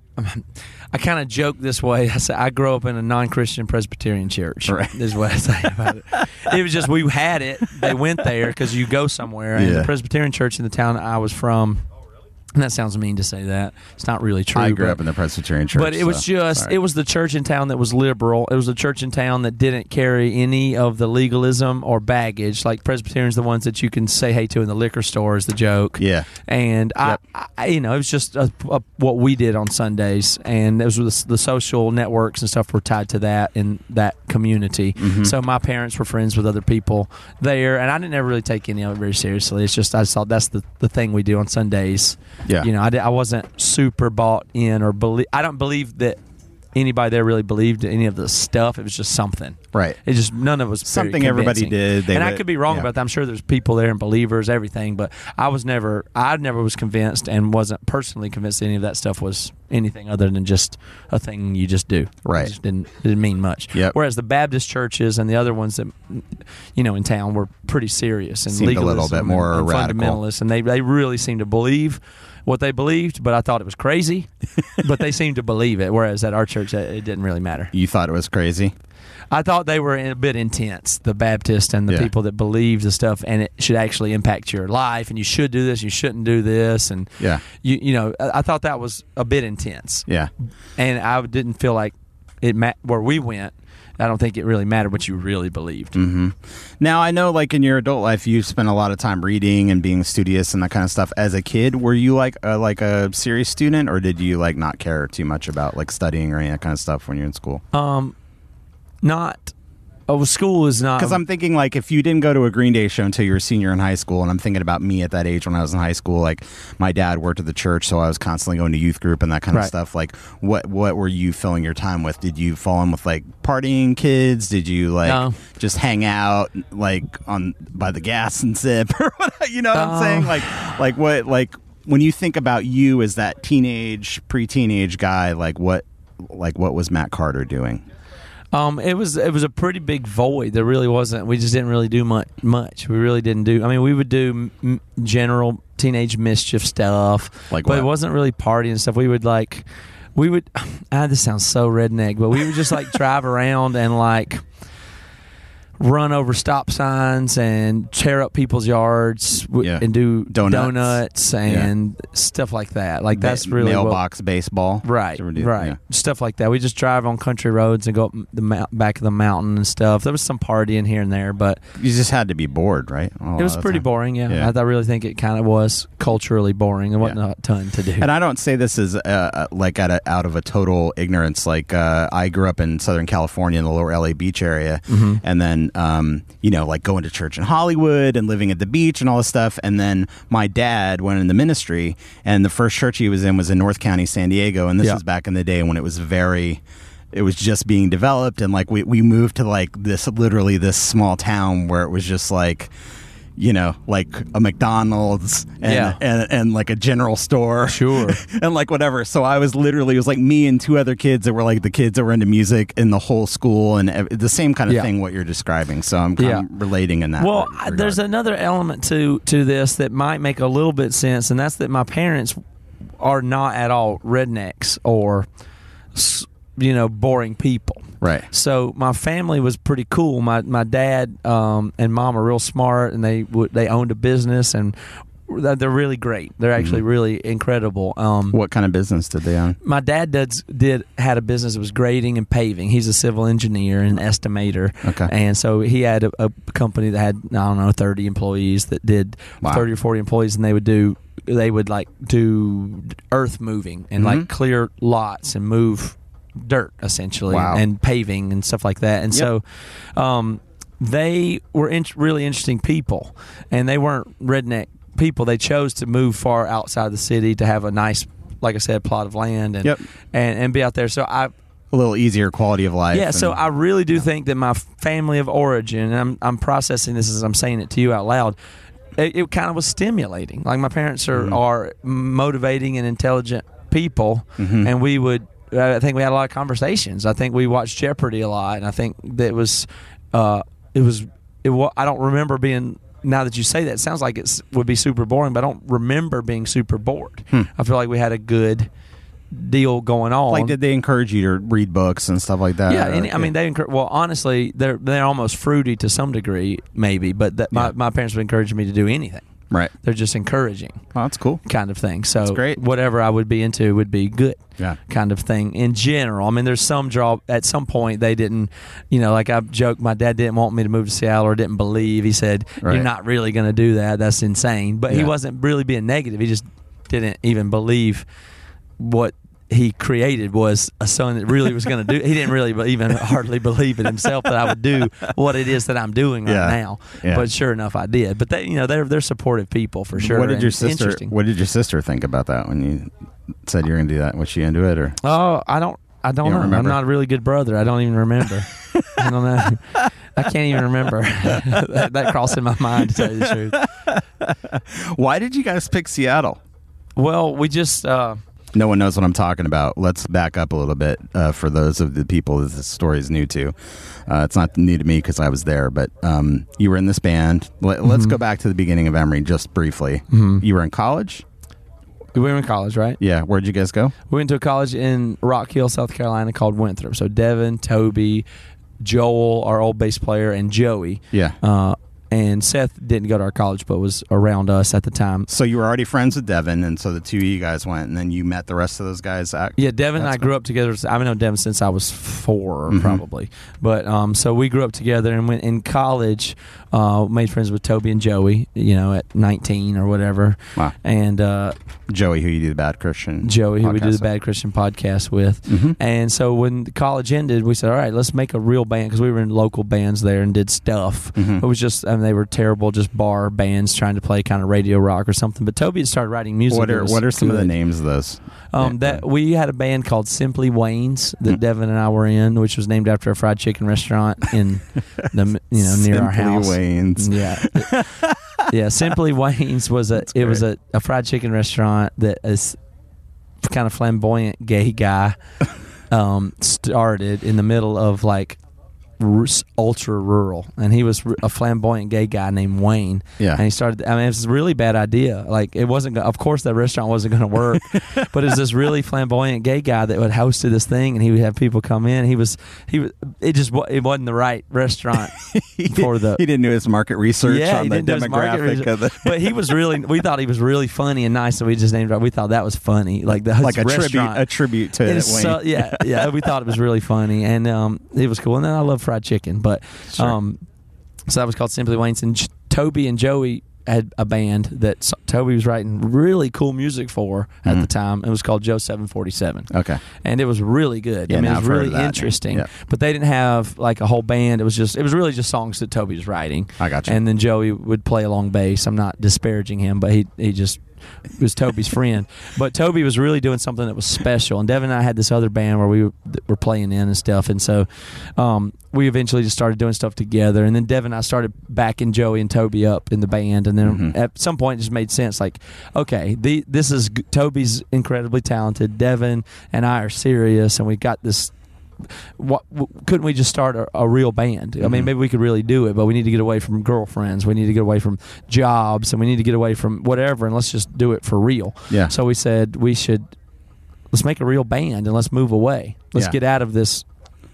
I kind of joke this way. I say I grew up in a non-Christian Presbyterian church. Right. Is what I say about it. it was just we had it. They went there because you go somewhere, and Yeah. the Presbyterian church in the town I was from. And that sounds mean to say that. It's not really true. I grew but- up in the Presbyterian church. But it was so, just sorry. it was the church in town that was liberal. It was the church in town that didn't carry any of the legalism or baggage. Like Presbyterians, the ones that you can say hey to in the liquor store is the joke. Yeah. and I, I, you know, it was just a, a, what we did on Sundays, and it was the, the social networks and stuff were tied to that in that community. Mm-hmm. So my parents were friends with other people there, and I didn't ever really take any of it very seriously. It's just I just thought that's the, the thing we do on Sundays. Yeah. you know, I, di- I wasn't super bought in or believe. I don't believe that anybody there really believed any of the stuff. It was just something, Right. It just none of it was very Something everybody convincing. did, they and I would- could be wrong yeah. about that. I'm sure there's people there and believers, everything, but I was never, I never was convinced and wasn't personally convinced that any of that stuff was anything other than just a thing you just do. Right. It just didn't, didn't mean much. Yep. Whereas the Baptist churches and the other ones that, you know, in town were pretty serious and Seemed a legalism little bit and- more and radical. fundamentalists, and they, they really seemed to believe what they believed, but I thought it was crazy, but they seemed to believe it. Whereas at our church, it, it didn't really matter. You thought it was crazy. I thought they were a bit intense, the Baptists and the Yeah. people that believe the stuff, and it should actually impact your life, and you should do this, you shouldn't do this, and Yeah. you you know, I I thought that was a bit intense, Yeah. and I didn't feel like it ma- where we went. I don't think it really mattered what you really believed. Mm. Now I know, like in your adult life, you spent a lot of time reading and being studious and that kind of stuff. As a kid, were you like a, like a serious student, or did you like not care too much about like studying or any of that kind of stuff when you're in school? Not, oh, school is not Because I'm thinking like if you didn't go to a Green Day show until you were a senior in high school, and I'm thinking about me at that age when I was in high school, like my dad worked at the church, so I was constantly going to youth group and that kind of Right. stuff. Like, what what were you filling your time with? Did you fall in with like partying kids? Did you like No. just hang out like on by the gas and sip or what? You know what I'm Oh. saying? Like like what like when you think about you as that teenage pre-teenage guy, like what like what was Matt Carter doing? Um, it was it was a pretty big void. There really wasn't. We just didn't really do much. Much. We really didn't do. I mean, we would do m- general teenage mischief stuff, Like but what? it wasn't really partying and stuff. We would like, we would. Ah, this sounds so redneck, but we would just like drive around and like run over stop signs and tear up people's yards w- Yeah. and do Donuts. donuts and stuff like that. Like that's Ma- really what, mailbox baseball, Right, Or do- right, yeah. stuff like that. We just drive on country roads and go up m- the mou- back of the mountain and stuff. There was some partying here and there, but You just had to be bored, right? Oh, A lot it was of the pretty time. boring. Yeah, Yeah. I, I really think it kind of was culturally boring. There wasn't Yeah. a ton to do. And I don't say this as uh, uh, like out of, out of a total ignorance. Like uh, I grew up in Southern California in the Lower LA Beach area, Mm-hmm. and then um, you know like going to church in Hollywood and living at the beach and all this stuff. And then my dad went in the ministry, and the first church he was in was in North County, San Diego, and this Yeah. was back in the day when it was very. It was just being developed, and like we, we moved to like this literally this small town where it was just like you know, like a McDonald's and Yeah. and, and like a general store. Sure. and like whatever. So I was literally it was like me and two other kids that were like the kids that were into music in the whole school and ev- the same kind of Yeah. thing what you're describing. So I'm kind Yeah. of relating in that. well, re- I- there's regard. another element to to this that might make a little bit sense, and that's that my parents are not at all rednecks or s- you know boring people. right. So my family was pretty cool. My my dad um, and mom are real smart, and they would they owned a business, and they're they're really great. They're Mm-hmm. actually really incredible. Um, What kind of business did they own? my dad does, did had a business that was grading and paving. He's a civil engineer and estimator. Okay. And so he had a, a company that had I don't know thirty employees that did Wow. thirty or forty employees, and they would do they would like do earth moving and Mm-hmm. like clear lots and move dirt essentially Wow. and paving and stuff like that. And so um, they were in- really interesting people, and they weren't redneck people. They chose to move far outside the city to have a nice, like I said, plot of land and Yep. and, and be out there. So I. A little easier quality of life. Yeah, so and- I really do think that my family of origin, and I'm, I'm processing this as I'm saying it to you out loud, it, it kind of was stimulating. Like my parents Mm-hmm. are, are motivating and intelligent people, Mm-hmm. and we would, I think we had a lot of conversations. I think we watched Jeopardy a lot, and I think that it was, uh, it was, it, wa- I don't remember being. Now that you say that, it sounds like it would be super boring, but I don't remember being super bored. I feel like we had a good deal going on. Hmm. like did they encourage you to read books and stuff like that? Yeah, or- any, I mean they encourage. Well, honestly, they're they're almost fruity to some degree, maybe. But that, my my parents would encourage me to do anything. Right. They're just encouraging Oh, that's cool. kind of thing. So That's great. whatever I would be into would be good. Yeah. Kind of thing in general. I mean, there's some draw at some point they didn't, you know, like I joked, my dad didn't want me to move to Seattle or didn't believe. He said, Right. You're not really going to do that. That's insane. But he Yeah. wasn't really being negative. He just didn't even believe what he created was a son that really was going to do. He didn't really be- even hardly believe in himself that I would do what it is that I'm doing Yeah. right now. Yeah. But sure enough, I did. But they, you know, they're they're supportive people for sure. What did and your sister? interesting. What did your sister think about that when you said you're going to do that? Was she into it or? Oh, I don't. I don't, You don't know. remember? I'm not a really good brother. I don't even remember. I don't know. I can't even remember. that, that crossed in my mind to tell you the truth. Why did you guys pick Seattle? Well, we just uh, No one knows what I'm talking about. Let's back up a little bit uh, for those of the people that this story is new to. Uh, it's not new to me because I was there, but um, you were in this band. Let, Mm-hmm. Let's go back to the beginning of Emory just briefly. You were in college? we were in college, right? Yeah. Where'd you guys go? We went to a college in Rock Hill, South Carolina, called Winthrop. So Devin, Toby, Joel, our old bass player, and Joey. Yeah. Uh, and Seth didn't go to our college, but was around us at the time. So you were already friends with Devin, and so the two of you guys went, and then you met the rest of those guys. at- Yeah, Devin and I grew up together. I've known Devin since I was 4 Mm-hmm. probably. But um, so we grew up together and went in college, uh, made friends with Toby and Joey, you know, at 19 or whatever. Wow. And uh, Joey, who you do the Bad Christian. Joey, who we do podcast Mm-hmm. the with. Bad Christian podcast with. And so when the college ended, we said, all right, let's make a real band because we were in local bands there and did stuff. Mm-hmm. It was just, I mean, they were terrible, just bar bands trying to play kind of radio rock or something. But Toby had started writing music. What that are was what are some of the good. names of those? Um, Yeah. Hmm. that we had a band called Simply Wayne's that Devin and I were in, which was named after a fried chicken restaurant in the you know near our Simply house. Wayne's. Yeah, yeah. Simply Wayne's was a it was a, a fried chicken restaurant that is kind of flamboyant gay guy um, started in the middle of like r- ultra rural, and he was r- a flamboyant gay guy named Wayne. Yeah. and he started. I mean, it was a really bad idea. Like it wasn't. go- Of course, that restaurant wasn't going to work. but it was this really flamboyant gay guy that would hosted this thing, and he would have people come in. He was he. was- It just wa- it wasn't the right restaurant for the he didn't do his market research yeah, on he the didn't do his market demographic research. of the but he was really. We thought he was really funny and nice, so we just named. it. We thought that was funny, like the like a his tribute restaurant. a tribute to It Wayne. is so- yeah, yeah. We thought it was really funny, and um, it was cool. And then I love fried chicken, but um, so that was called Simply Wayne's. And J- Toby and Joey had a band that s- Toby was writing really cool music for at the time. It was called Joe Seven Forty Seven. Mm-hmm. Okay. and it was really good. Yeah, I mean, now it was I've heard of really that. interesting. Yeah. But they didn't have like a whole band. It was just it was really just songs that Toby was writing. I got you. And then Joey would play along bass. I'm not disparaging him, but he he just was Toby's friend. But Toby was really doing something that was special. And Devin and I had this other band where we were, that were playing in and stuff. And so um, we eventually just started doing stuff together. And then Devin and I started backing Joey and Toby up in the band. And then at some point, it just made sense. Like, okay, the, this is g- Toby's incredibly talented. Devin and I are serious, and we got this what, w- couldn't we just start a, a real band? I Mm-hmm. mean, maybe we could really do it, but we need to get away from girlfriends. We need to get away from jobs, and we need to get away from whatever, and let's just do it for real. Yeah. So we said we should let's make a real band and let's move away. Let's Yeah. get out of this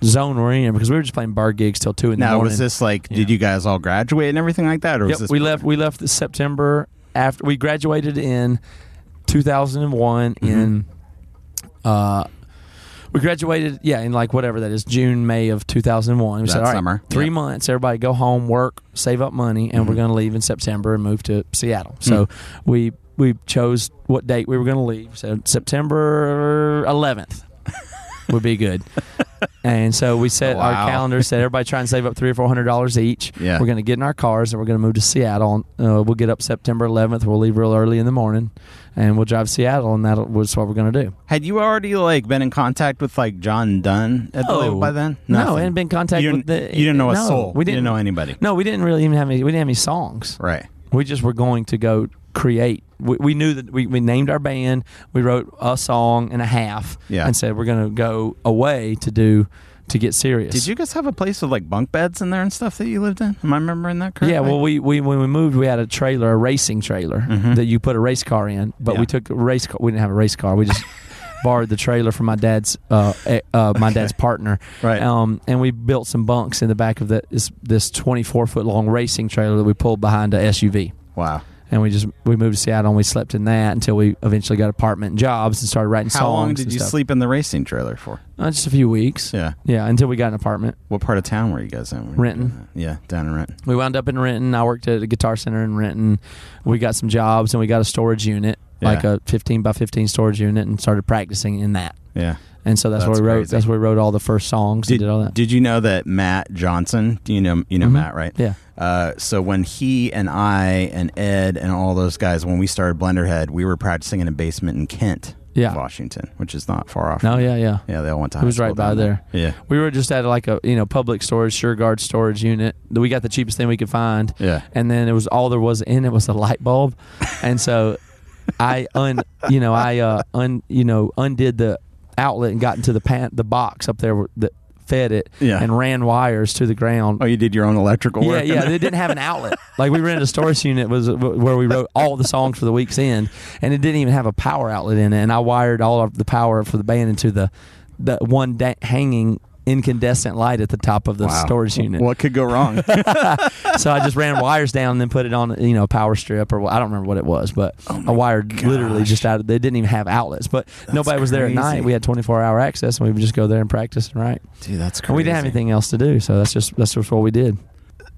zone we're in because we were just playing bar gigs till two in the Now morning. was this like did you guys all graduate and everything like that or was Yep, this we left. We left this September after we graduated in 2001. Mm-hmm. In uh, we graduated, yeah, in like whatever that is, June, May of 2001. We said, That all right, summer, three yep. Mm-hmm. months, everybody go home, work, save up money, and we're going to leave in September and move to Seattle. So Mm. we we chose what date we were going to leave. So September 11th would be good. And so we set Oh, Wow. our calendar, said everybody try and save up three or four hundred dollars each. Yeah. We're gonna get in our cars and we're gonna move to Seattle. Uh, we'll get up September 11th. We'll leave real early in the morning, and we'll drive to Seattle, and that'll- that's what we're gonna do. Had you already like been in contact with like John Dunn at the No. label by then? No, I Oh. Nothing. hadn't been in contact you with didn't- the- You didn't know a no, soul. we You didn't didn't- know anybody. No, we didn't really even have any. We didn't have any songs. Right. We just were going to go create. We, we knew that we, we named our band. We wrote a song and a half. Yeah. And said we're gonna go away to do to get serious. Did you guys have a place with like bunk beds in there and stuff that you lived in? Am I remembering that correctly? Yeah, well, we, we when we moved, we had a trailer, a racing trailer that you put a race car in. But Mm-hmm. Yeah. we took a race car. We didn't have a race car. We just borrowed the trailer from my dad's uh, eh, uh, my dad's partner. Right. Um, and we built some bunks in the back of the, this this twenty four foot long racing trailer that we pulled behind a SUV. Wow. and we just we moved to Seattle and we slept in that until we eventually got apartment jobs and started writing songs. How long did and you stuff. sleep in the racing trailer for? Uh, just a few weeks. Yeah. Yeah, until we got an apartment. What part of town were you guys in? Renton. Yeah, down in Renton. We wound up in Renton. I worked at a guitar center in Renton. We got some jobs and we got a storage unit, like Yeah. a 15 by 15 storage unit, and started practicing in that. Yeah. And so that's, That's where we wrote. crazy. That's where we wrote all the first songs. and Did- did all that. Did you know that Matt Johnson? Do you know you know Mhm. Matt, right? Yeah. Uh, so when he and I and Ed and all those guys, when we started Blenderhead, we were practicing in a basement in Kent, Yeah. Washington, which is not far off. No, yeah, yeah. Yeah, they all went to. It high was school right by down there. Yeah. We were just at like a you know public storage, SureGuard storage unit. We got the cheapest thing we could find. Yeah. And then it was all there was in it was a light bulb, and so I un you know I uh un you know undid the outlet and got into the pan the box up there that fed it Yeah. and ran wires to the ground. Oh, you did your own electrical Yeah, work. yeah. They didn't have an outlet. Like we rented a storage unit was where we wrote all the songs for the week's end, and it didn't even have a power outlet in it. And I wired all of the power for the band into the the one da- hanging incandescent light at the top of the Wow. storage unit. What could go wrong? so I just ran wires down and then put it on you know a power strip or wha- I don't remember what it was, but I wired literally just out. of They didn't even have outlets, but nobody was there crazy. at night. We had twenty four hour access, and we would just go there and practice and write. Dude, that's crazy. And we didn't have anything else to do, so that's just that's just what we did.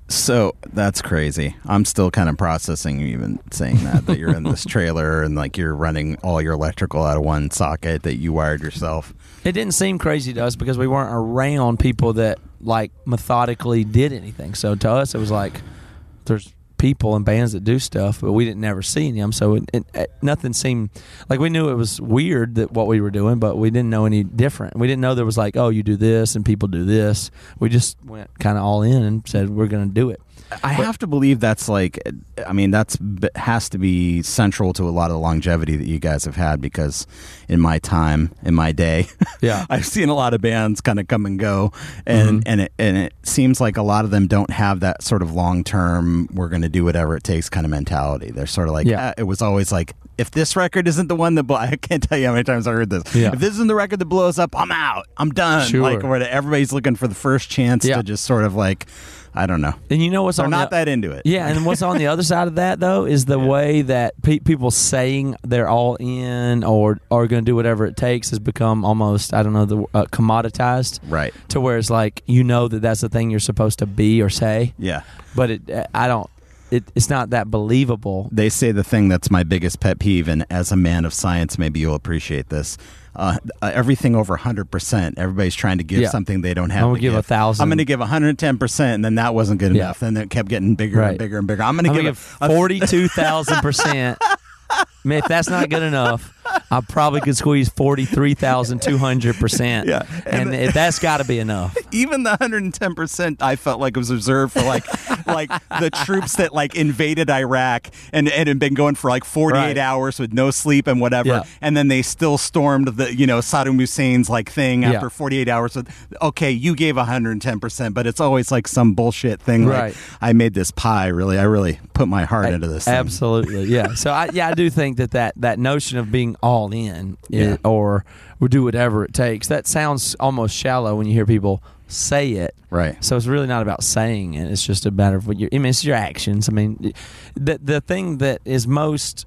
So that's crazy. I'm still kind of processing even saying that that you're in this trailer and like you're running all your electrical out of one socket that you wired yourself. It didn't seem crazy to us because we weren't around people that like methodically did anything. So to us, it was like there's people and bands that do stuff, but we didn't never see them. So it, it, it- nothing seemed like we knew it was weird that what we were doing, but we didn't know any different. We didn't know there was like, oh, you do this and people do this. We just went kind of all in and said we're going to do it. I have to believe that's like, I mean, that's b- has to be central to a lot of the longevity that you guys have had because in my time, in my day, Yeah. Mm-hmm. I've seen a lot of bands kind of come and go, and and it and it seems like a lot of them don't have that sort of long term. We're going to do whatever it takes kind of mentality. They're sort of like, Yeah. "Ah, it was always like, if this record isn't the one that bl- I can't tell you how many times I heard this. Yeah. If this isn't the record that blows up, I'm out. I'm done. Sure. Like where everybody's looking for the first chance Yeah. to just sort of like, I don't know. And you know what's They're on not the- that into it. Yeah, and what's on the other side of that though is the way that pe- people saying they're all in or are going to do whatever it takes has become almost I don't know the uh, commoditized, Right. To where it's like you know that that's the thing you're supposed to be or say. Yeah. but it uh, I don't. It, it's not that believable. They say the thing that's my biggest pet peeve, and as a man of science, maybe you'll appreciate this. Uh, uh, everything over 100%, everybody's trying to give Yeah. something they don't have. I'm gonna to give a thousand. I'm going to give 110%, and then that wasn't good Yeah. enough. Then it kept getting bigger and Right. bigger and bigger. I'm going to I'm give, gonna give forty-two thousand percent. Man, if that's not good enough, I probably could squeeze forty-three thousand two hundred percent. Yeah. and, if that's got to be enough. even the 110% I felt like it was reserved for like like the troops that like invaded Iraq and, and had been going for like 48 Right. hours with no sleep and whatever Yeah. and then they still stormed the you know Saddam Hussein's like thing Yeah. after 48 hours with okay you gave 110% but it's always like some bullshit thing like, Right. I made this pie really I really put my heart into this thing. Absolutely, yeah. So I yeah I do think that that, that notion of being all in i- Yeah. or we do whatever it takes that sounds almost shallow when you hear people say it. Right. So it's really not about saying it. It's just a matter of what your I mean, it's your actions. I mean, the the thing that is most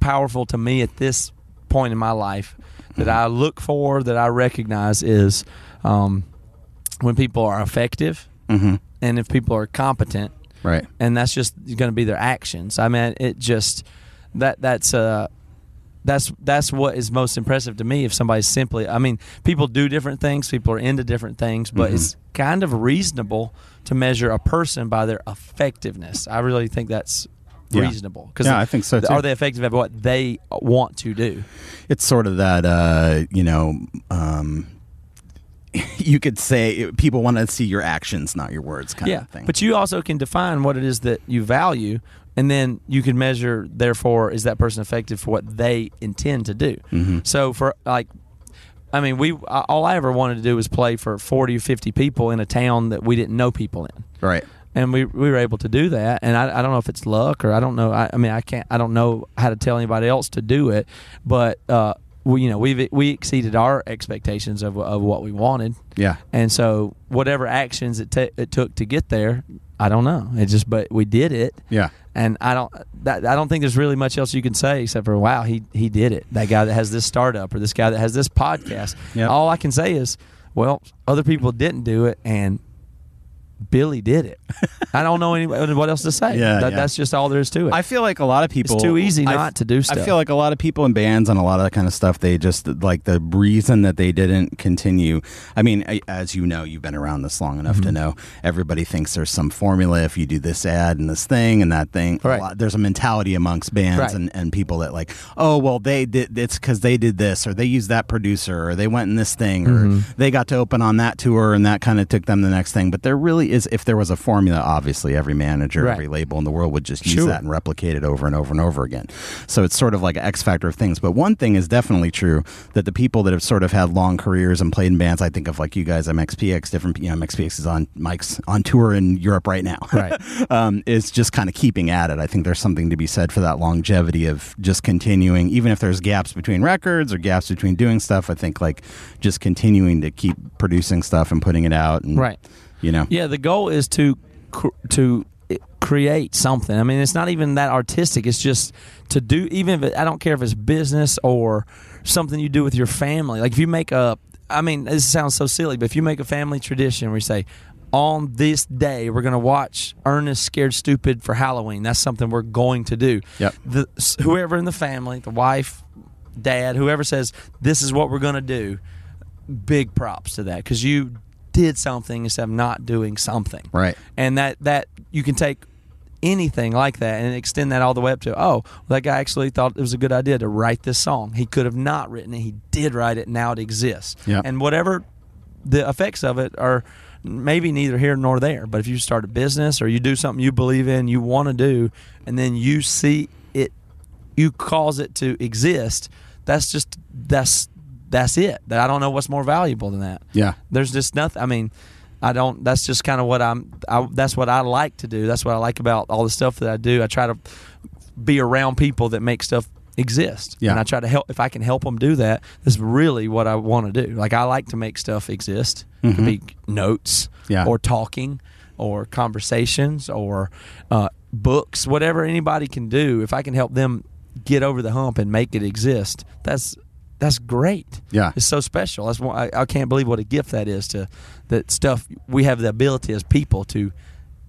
powerful to me at this point in my life Mm-hmm. that I look for that I recognize is um, when people are effective Mm-hmm. and if people are competent right and that's just going to be their actions. I mean, it just that that's uh that's that's what is most impressive to me. If somebody's simply, I mean, people do different things, people are into different things, but Mm-hmm. it's kind of reasonable to measure a person by their effectiveness. I really think that's Yeah. reasonable because Yeah, I think so, too. Are they effective at what they want to do? it's sort of that uh, you know um, you could say people want to see your actions not your words kind yeah, of thing but you also can define what it is that you value, and then you can measure. Therefore, is that person effective for what they intend to do? So, for like, I mean, we I- all I ever wanted to do was play for forty or fifty people in a town that we didn't know people in, right and we we were able to do that. And I, I don't know if it's luck or I don't know. I, I mean, I can't. I don't know how to tell anybody else to do it, but. uh we, you know, we've we exceeded our expectations of, of what we wanted, yeah and so, whatever actions it, ta it took to get there, I don't know. It just, but we did it. Yeah. And I don't, that, I don't think there's really much else you can say except for, wow, he he did it. That guy that has this startup or this guy that has this podcast. Yep. All I can say is, well, other people didn't do it, and Billy did it. I don't know any, what else to say. Yeah, That- yeah. that's just all there is to it. I feel like a lot of people. too easy I- not to do stuff. I feel like a lot of people in bands and a lot of that kind of stuff. They just like the reason that they didn't continue. I mean, I- as you know, you've been around this long enough Mm-hmm. to know everybody thinks there's some formula. If you do this ad and this thing and that thing, a Right. lot- there's a mentality amongst bands Right. and, and people that like, oh well, they did it's because they did this or they used that producer or they went in this thing or Mm-hmm. they got to open on that tour and that kind of took them the next thing. But there really is, if there was a formula, obviously every manager, Right. every label in the world would just use Sure. that and replicate it over and over and over again. So it's sort of like an X factor of things. But one thing is definitely true that the people that have sort of had long careers and played in bands, I think of like you guys, MXPX, different, you know, MXPX is on Mike's on tour in Europe right now. Right. um, is just kind of keeping at it. I think there's something to be said for that longevity of just continuing, even if there's gaps between records or gaps between doing stuff. I think like just continuing to keep producing stuff and putting it out. And, Right. You know, Yeah, the goal is to cr- to eh, create something. I mean, it's not even that artistic. It's just to do. Even if it, I don't care if it's business or something you do with your family. Like if you make a, I mean, this sounds so silly, but if you make a family tradition where you say. On this day, we're going to watch Ernest Scared Stupid for Halloween. That's something we're going to do. Yep. The, s- whoever in the family, the wife, dad, whoever says, this is what we're going to do, big props to that because you did something instead of not doing something. Right. And that that you can take anything like that and extend that all the way up to oh that guy actually thought it was a good idea to write this song. He could have not written it. He did write it. Now it exists. Yeah. And whatever the effects of it are maybe neither here nor there. But if you start a business or you do something you believe in, you want to do, and then you see it you cause it to exist that's just that's that's it that i don't know what's more valuable than that Yeah. there's just nothing i mean i don't that's just kind of what i'm I, that's what i like to do that's what i like about all the stuff that i do i try to be around people that make stuff exist Yeah. and i try to help if i can help them do that that's really what i want to do like i like to make stuff exist It could be notes Mm-hmm. Yeah. or talking or conversations or uh, books, whatever anybody can do, if I can help them get over the hump and make it exist, that's that's great. Yeah. it's so special. That's why I, I can't believe what a gift that is to that stuff. We have the ability as people to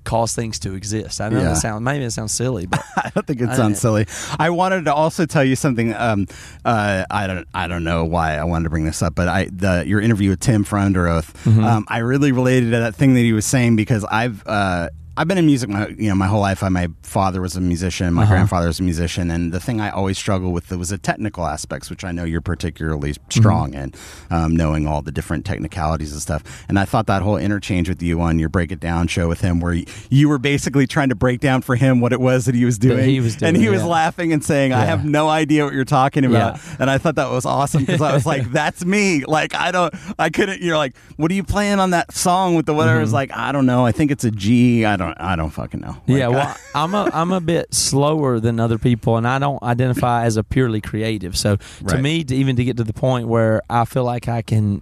cause things to exist. I know Yeah. that sound maybe it sounds silly, but I don't think it sounds silly. I wanted to also tell you something. Um, uh, I don't, I don't know why I wanted to bring this up, but I the your interview with Tim for Under Oath, um, I really related to that thing that he was saying because I've. Uh, I've been in music, my, you know, my whole life. I, my father was a musician, Uh-huh. my grandfather was a musician, and the thing I always struggled with was the technical aspects, which I know you're particularly strong Mm-hmm. in, um, knowing all the different technicalities and stuff. And I thought that whole interchange with you on your Break It Down show with him, where you, you were basically trying to break down for him what it was that he was doing that he was and doing, he was yeah. laughing and saying, "I Yeah. have no idea what you're talking about." Yeah. And I thought that was awesome because I was like, "That's me!" Like I don't, I couldn't. You're like, "What are you playing on that song with the whatever?" It's like I don't know. I think it's a G. I don't. I don't fucking know. Like, Mm-hmm. yeah, well, I'm a I'm a bit slower than other people, and I don't identify as a purely creative. So to Right. me, to even to get to the point where I feel like I can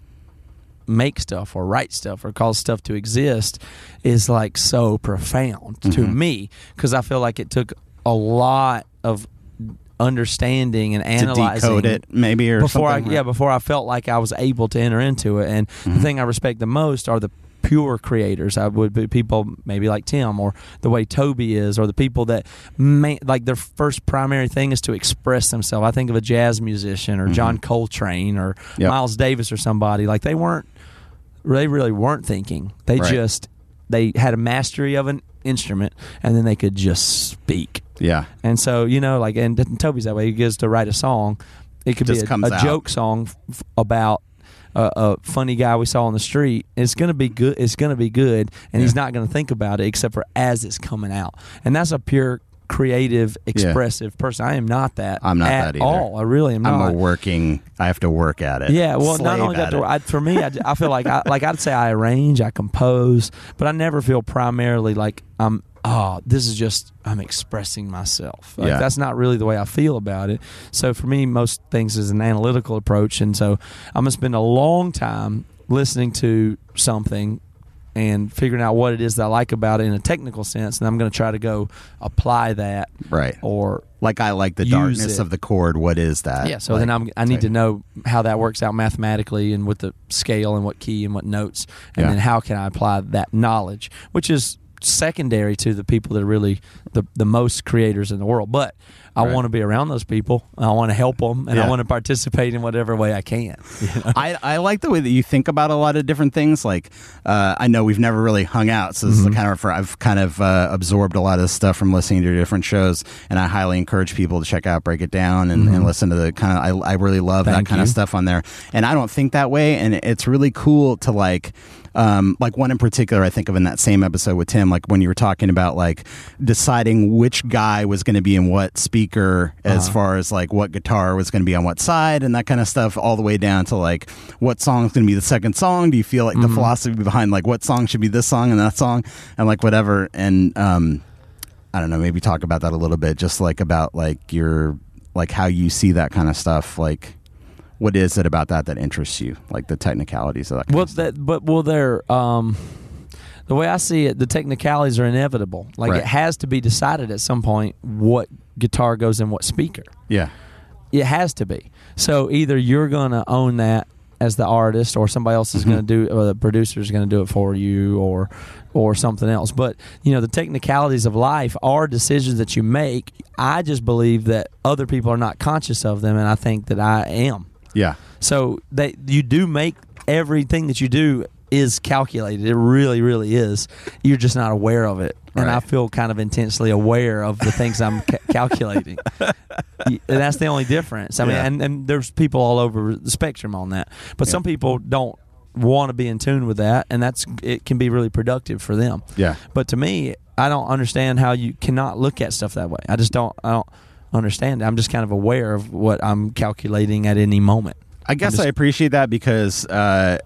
make stuff or write stuff or cause stuff to exist is like so profound to Mm-hmm. me because I feel like it took a lot of understanding and to analyzing decode it maybe or before something. I, yeah, before I felt like I was able to enter into it. And the Mm-hmm. thing I respect the most are the pure creators. I would be people maybe like Tim or the way Toby is, or the people that ma like their first primary thing is to express themselves. I think of a jazz musician or John Coltrane or Mm-hmm. Yep. Miles Davis or somebody like they weren't they really weren't thinking. They Right. just they had a mastery of an instrument and then they could just speak. yeah, And so you know, like, and Toby's that way. He gets to write a song. It could Just be comes a, a out. joke song f- about a, a funny guy we saw on the street. It's gonna be good. It's gonna be good, and he's not gonna think about it except for as it's coming out. And that's a pure creative, expressive person. I am not that. I'm not at that either. all. I really am not. I'm a working. I have to work at it. Yeah, well, not Slave only at that. it. the- I, for me, I, j- I feel like I like I'd say I arrange, I compose, but I never feel primarily like I'm. Oh, this is just I'm expressing myself. Like, Yeah. that's not really the way I feel about it. So for me, most things is an analytical approach, and so I'm gonna spend a long time listening to something and figuring out what it is that I like about it in a technical sense, and I'm going to try to go apply that. Right. Or like I like the use darkness it. of the chord. What is that? Yeah, so Uh, Like, then I'm, I need type. to know how that works out mathematically and with the scale and what key and what notes, and Yeah. then how can I apply that knowledge, which is secondary to the people that are really the, the most creators in the world. But I Right. want to be around those people. I want to help them, and I Yeah. want to participate in whatever way I can. I, I like the way that you think about a lot of different things. Like, uh, I know we've never really hung out, so this Mm-hmm. is the kind of I've kind of uh, absorbed a lot of this stuff from listening to different shows, and I highly encourage people to check out Break It Down and, and listen to the kind of I, I really love that Mm-hmm. Thank kind you. of stuff on there. And I don't think that way, and it's really cool to like. Um, like one in particular, I think of in that same episode with Tim, like when you were talking about like deciding which guy was going to be in what speaker as far as like what guitar was going to be on what side and that kind of stuff, all the way down to like what song's going to be the second song. Do you feel like the philosophy behind like what song should be this song and that song and like whatever? And um, I don't know, maybe talk about that a little bit, just like about like your like how you see that kind of stuff, like. What is it about that that interests you? Like the technicalities of that. Kind Well, of stuff. that but well, there. Um, the way I see it, the technicalities are inevitable. Like Right. it has to be decided at some point what guitar goes in what speaker. Yeah. It has to be. So either you're going to own that as the artist, or somebody else is going to do, or the producer is going to do it for you, or or something else. But you know, the technicalities of life are decisions that you make. I just believe that other people are not conscious of them, and I think that I am. Yeah. So that you do make everything that you do is calculated. It really, really is. You're just not aware of it. And Right. I feel kind of intensely aware of the things I'm ca- calculating. Y- and that's the only difference. I mean, Yeah. and, and there's people all over the spectrum on that. But some people don't want to be in tune with that. And that's, it can be really productive for them. Yeah. But to me, I don't understand how you cannot look at stuff that way. I just don't, I don't understand. it. I'm just kind of aware of what I'm calculating at any moment. I guess I appreciate that because uh,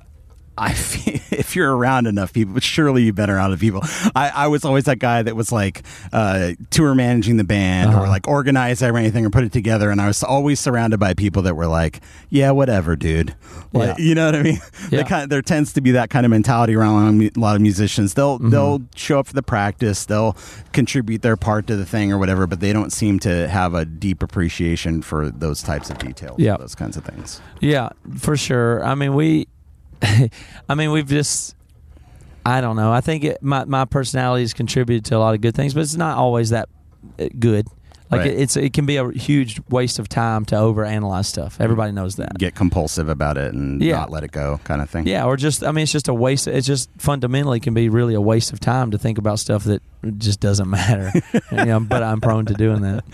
I feel, if you're around enough people, surely you've been around enough people. I, I was always that guy that was like uh, tour managing the band Uh-huh. or like organize everything or put it together, and I was always surrounded by people that were like, "Yeah, whatever, dude." Like, Yeah. you know what I mean? They Yeah. kind there tends to be that kind of mentality around a lot of musicians. They'll Mm-hmm. they'll show up for the practice, they'll contribute their part to the thing or whatever, but they don't seem to have a deep appreciation for those types of details, Yeah. those kinds of things. Yeah, for sure. I mean, we, I mean, we've just, I don't know. I think it, my my personality has contributed to a lot of good things, but it's not always that uh, good. Like Right. it, it's it can be a huge waste of time to overanalyze stuff. Everybody knows that. get compulsive about it and Yeah. not let it go kind of thing. Yeah, or just I mean, it's just a waste. It's just fundamentally can be really a waste of time to think about stuff that just doesn't matter. you know, but I'm prone to doing that.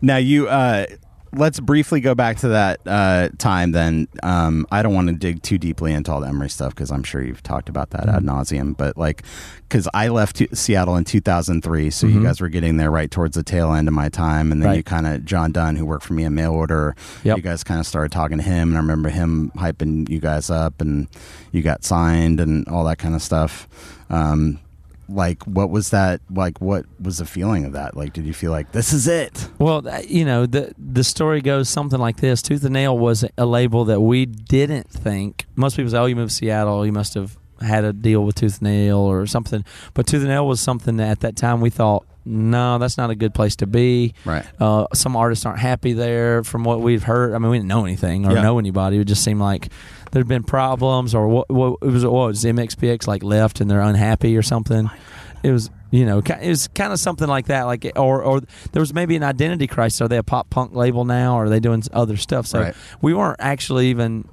Now you uh let's briefly go back to that uh time then. Um I don't want to dig too deeply into all the Emory stuff cuz I'm sure you've talked about that Mm-hmm. ad nauseum, but like cuz I left to Seattle in 2003, so you guys were getting there right towards the tail end of my time and Mm-hmm. then Right. you kind of John Dunn who worked for me at Mail Order, Yep. you guys kind of started talking to him and I remember him hyping you guys up and you got signed and all that kind of stuff. Um like what was that like what was the feeling of that like did you feel like this is it Well, th- you know, the the story goes something like this: Tooth and Nail was a label that we didn't think. Most people say, "Oh, you moved to Seattle, you must have had a deal with Tooth and Nail or something." But Tooth and Nail was something that at that time we thought, "No, that's not a good place to be." Right. Uh, some artists aren't happy there, from what we've heard. I mean, we didn't know anything or Yeah. know anybody. It just seemed like there'd been problems, or what, what it was. What was MXPX like left and they're unhappy or something? It was you know ki- it was kind of something like that. Like or or there was maybe an identity crisis. Are they a pop punk label now? Or are they doing s- other stuff? So Right. we weren't actually even.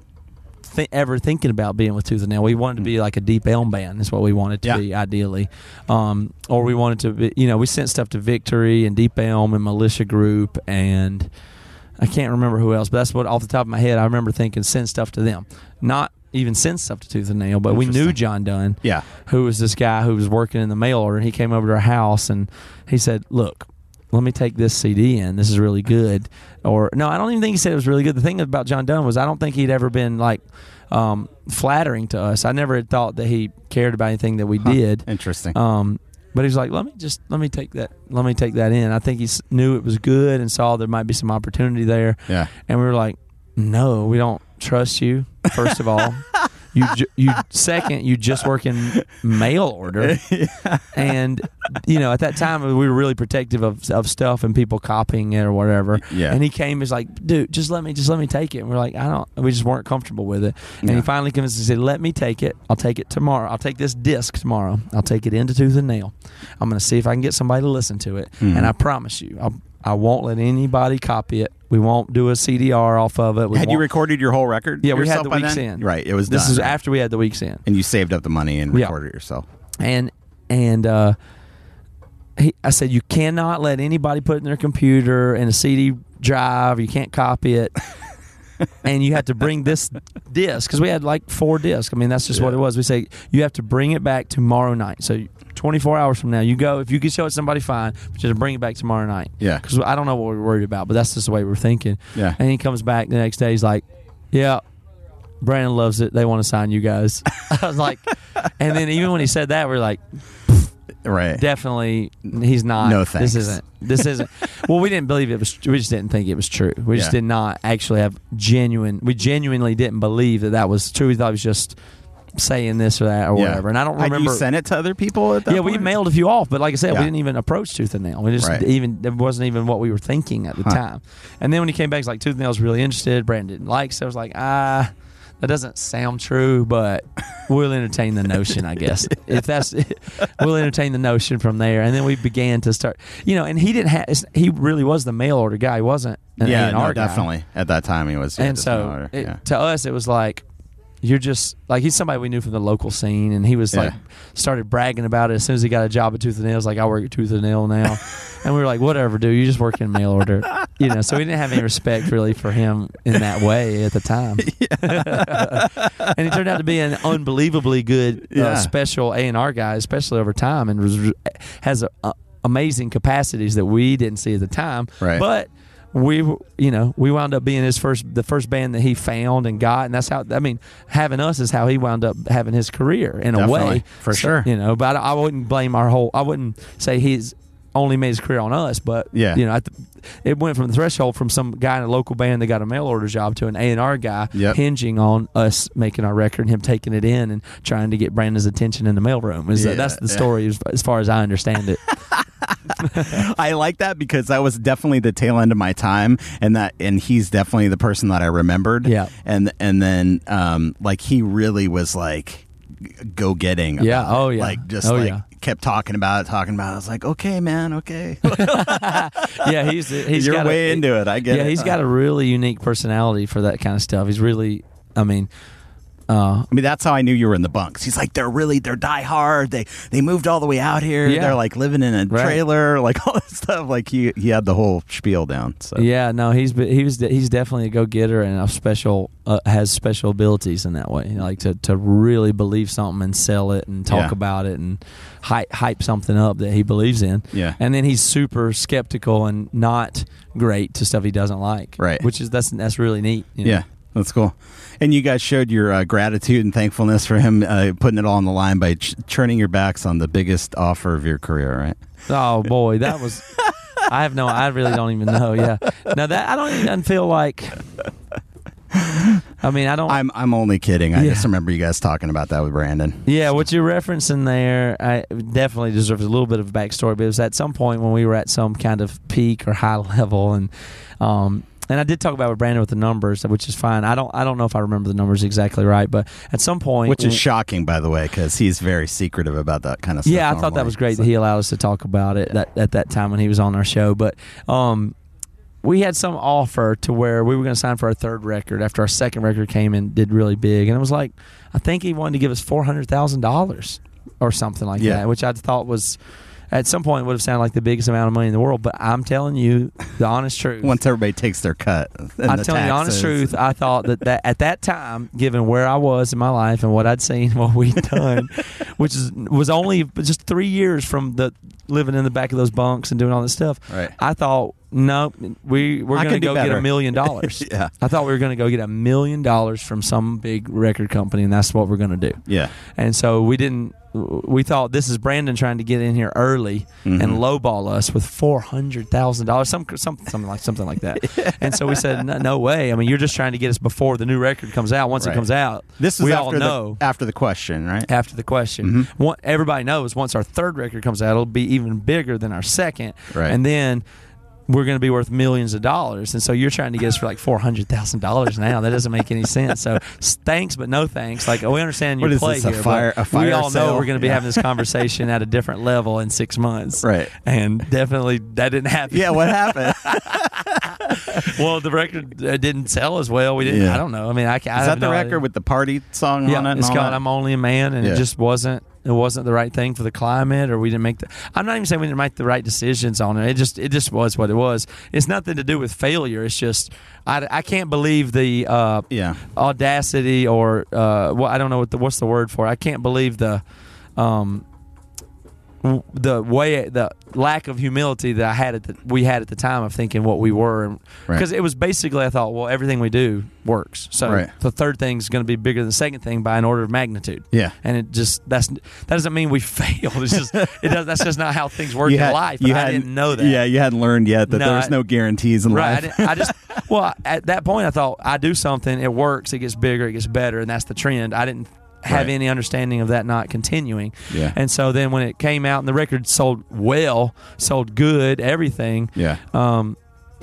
Th- ever thinking about being with Tooth and Nail? We wanted to be like a Deep Elm band. Is what we wanted to Mm. Yeah. be ideally, um, or we wanted to be. You know, we sent stuff to Victory and Deep Elm and Militia Group and I can't remember who else, but that's what off the top of my head I remember thinking send stuff to them. Not even send stuff to Tooth and Nail, but we knew John Dunn. Yeah. Who was this guy who was working in the mail order and he came over to our house and he said, Look, let me take this CD in. This is really good. Or no, I don't even think he said it was really good. The thing about John Dunn was I don't think he'd ever been like um, flattering to us. I never had thought that he cared about anything that we did. interesting Um, but he's like, let me just let me take that let me take that in. I think he s- knew it was good and saw there might be some opportunity there. Yeah. And we were like, no, we don't trust you. First of all, You ju- you second you just work in mail order, and you know at that time we were really protective of, of stuff and people copying it or whatever. Yeah. And he came is like, dude, just let me just let me take it. And we're like, I don't. We just weren't comfortable with it. And he Yeah. finally convinced us. He said, let me take it. I'll take it tomorrow. I'll take this disc tomorrow. I'll take it into tooth and nail. I'm gonna see if I can get somebody to listen to it. Mhm. And I promise you, I I won't let anybody copy it. We won't do a CDR off of it. We Had you won't- recorded your whole record? yeah, we had yourself the by weeks then? in. Right, it was This done, is right? after we had the weeks in, and you saved up the money and Yeah. recorded it yourself. and and uh, he, I said you cannot let anybody put it in their computer in a CD drive. You can't copy it, and you have to bring this disc because we had like four discs. I mean, that's just what it was. We say you have to bring it back tomorrow night. So. 24 hours from now, you go. If you can show it to somebody, fine. But you have to bring it back tomorrow night. Yeah. Because I don't know what we're worried about, but that's just the way we're thinking. Yeah. And he comes back the next day. He's like, "Yeah, Brandon loves it. They want to sign you guys. I was like, and then even when he said that, we are like, Right. definitely, he's not. No thanks. This isn't. This isn't. well, we didn't believe it was. We just didn't think it was true. We just Yeah. did not actually have genuine. We genuinely didn't believe that that was true. We thought it was just saying this or that or Yeah. whatever. And I don't Had remember. you sent it to other people at that yeah, we point? mailed a few off, but like I said, Yeah. we didn't even approach Tooth and Nail. We just Right. even it wasn't even what we were thinking at the Huh. time. And then when he came back, he's like Tooth and Nail's really interested. Brandon didn't like, so I was like, ah, that doesn't sound true, but we'll entertain the notion, I guess. if that's, we'll entertain the notion from there. And then we began to start, you know. And he didn't have, he really was the mail order guy. He wasn't an yeah, A&R no, guy definitely. At that time, he was. yeah, and just so an order, it- yeah. to us it was like you're just like he's somebody we knew from the local scene and he was like Yeah. started bragging about it as soon as he got a job at tooth and nail He's like i work at tooth and nail now and we were like whatever dude you just work in mail order you know so we didn't have any respect really for him in that way at the time and he turned out to be an unbelievably good Yeah. uh, special a&r guy especially over time and was, has a, a, amazing capacities that we didn't see at the time Right. but but we you know we wound up being his first the first band that he found and got and that's how i mean having us is how he wound up having his career in a Definitely, way for sure. you know but I, I wouldn't blame our whole i wouldn't say he's only made his career on us but Yeah. you know I th- it went from the threshold from some guy in a local band that got a mail order job to an a&r guy Yep. hinging on us making our record and him taking it in and trying to get brandon's attention in the mail room is Yeah, that's the yeah. story as, as far as i understand it I like that because that was definitely the tail end of my time, and that and he's definitely the person that I remembered. Yeah. and and then um, like he really was like go getting. Yeah, oh, yeah. Like just Oh, like yeah. kept talking about it, talking about. it. I was like, okay, man, okay. yeah, he's he's You're got way a, into it. I get yeah, it. he's got a really unique personality for that kind of stuff. He's really, I mean, uh, I mean, that's how I knew you were in the bunks. He's like, they're really they're die hard. They they moved all the way out here. Yeah. They're like living in a Right. trailer, like all this stuff. Like he he had the whole spiel down. So yeah, no, he's be- he was de- he's definitely a go getter and a special uh, has special abilities in that way. You know, like to to really believe something and sell it and talk Yeah. about it and hype hype something up that he believes in. Yeah. and then he's super skeptical and not great to stuff he doesn't like. Right. which is that's that's really neat. you know. Yeah, that's cool. And you guys showed your uh, gratitude and thankfulness for him uh, putting it all on the line by ch- turning your backs on the biggest offer of your career, right? Oh boy, that was. I have no. I really don't even know. Yeah. Now that I don't even feel like. I mean, I don't. I'm I'm only kidding. I Yeah. just remember you guys talking about that with Brandon. yeah, what you're referencing there, I definitely deserves a little bit of backstory. But it was at some point when we were at some kind of peak or high level, and um, and I did talk about with Brandon with the numbers, which is fine. I don't. I don't know if I remember the numbers exactly right, but at some point, Which is shocking, by the way, because he's very secretive about that kind of stuff. Yeah, I thought that normally. was great So- that he allowed us to talk about it that, at that time when he was on our show. But um, we had some offer to where we were going to sign for our third record after our second record came and did really big. And it was like, I think he wanted to give us $400,000 or something like Yeah. that, which I thought was. At some point, would have sounded like the biggest amount of money in the world, but I'm telling you the honest truth. Once everybody takes their cut, and I'm the telling you the honest taxes- truth. I thought that, that at that time, given where I was in my life and what I'd seen, what we'd done, which is, was only just three years from the living in the back of those bunks and doing all this stuff, Right. I thought, no, we we're I going to can do go get better." a million dollars. Yeah. I thought we were going to go get a million dollars from some big record company, and that's what we're going to do. Yeah, And so we didn't we thought this is Brandon trying to get in here early and Mm-hmm. lowball us with four hundred thousand dollars, some some- something like something like that. And so we said, no, no way. I mean, you're just trying to get us before the new record comes out. Once Right. it comes out, This is we after all the, know after the question, right? after the question. Mm-hmm. One, everybody knows once our third record comes out, it'll be even bigger than our second, Right. and then we're going to be worth millions of dollars. And so you're trying to get us for like four hundred thousand dollars now. That doesn't make any sense. So s- thanks, but no thanks. Like we understand your What is play this, a here, but fire- a we fire all know sale? we're going to be Yeah. having this conversation at a different level in six months, Right. And definitely that didn't happen. Yeah, what happened? Is well, the record uh, didn't sell as well. We didn't. Yeah. I don't know. I mean, I, ca- I have that the no idea. record with the party song on it? and It's all called that? "I'm Only a Man," and Yeah. it just wasn't. It wasn't the right thing for the climate, or we didn't make the. I'm not even saying we didn't make the right decisions on it. It just, it just was what it was. It's nothing to do with failure. It's just, I, I can't believe the uh, Yeah. audacity or uh, well, I don't know what the what's the word for. it. I can't believe the, um, w- the way the lack of humility that I had at the, we had at the time of thinking what we were, Right. because it was basically I thought, well, everything we do works, so Right. the third thing is going to be bigger than the second thing by an order of magnitude. Yeah. and it just that's that doesn't mean we failed. It's just it does, that's just not how things work in had- life. and I hadn't- didn't know that. Yeah, you hadn't learned yet that No, there was I- no guarantees in Right, I, life. didn't, I just well at that point I thought I do something, it works, it gets bigger, it gets better, and that's the trend. I didn't have Right. any understanding of that not continuing. Yeah. And so then when it came out and the record sold well, sold good, everything, yeah. um,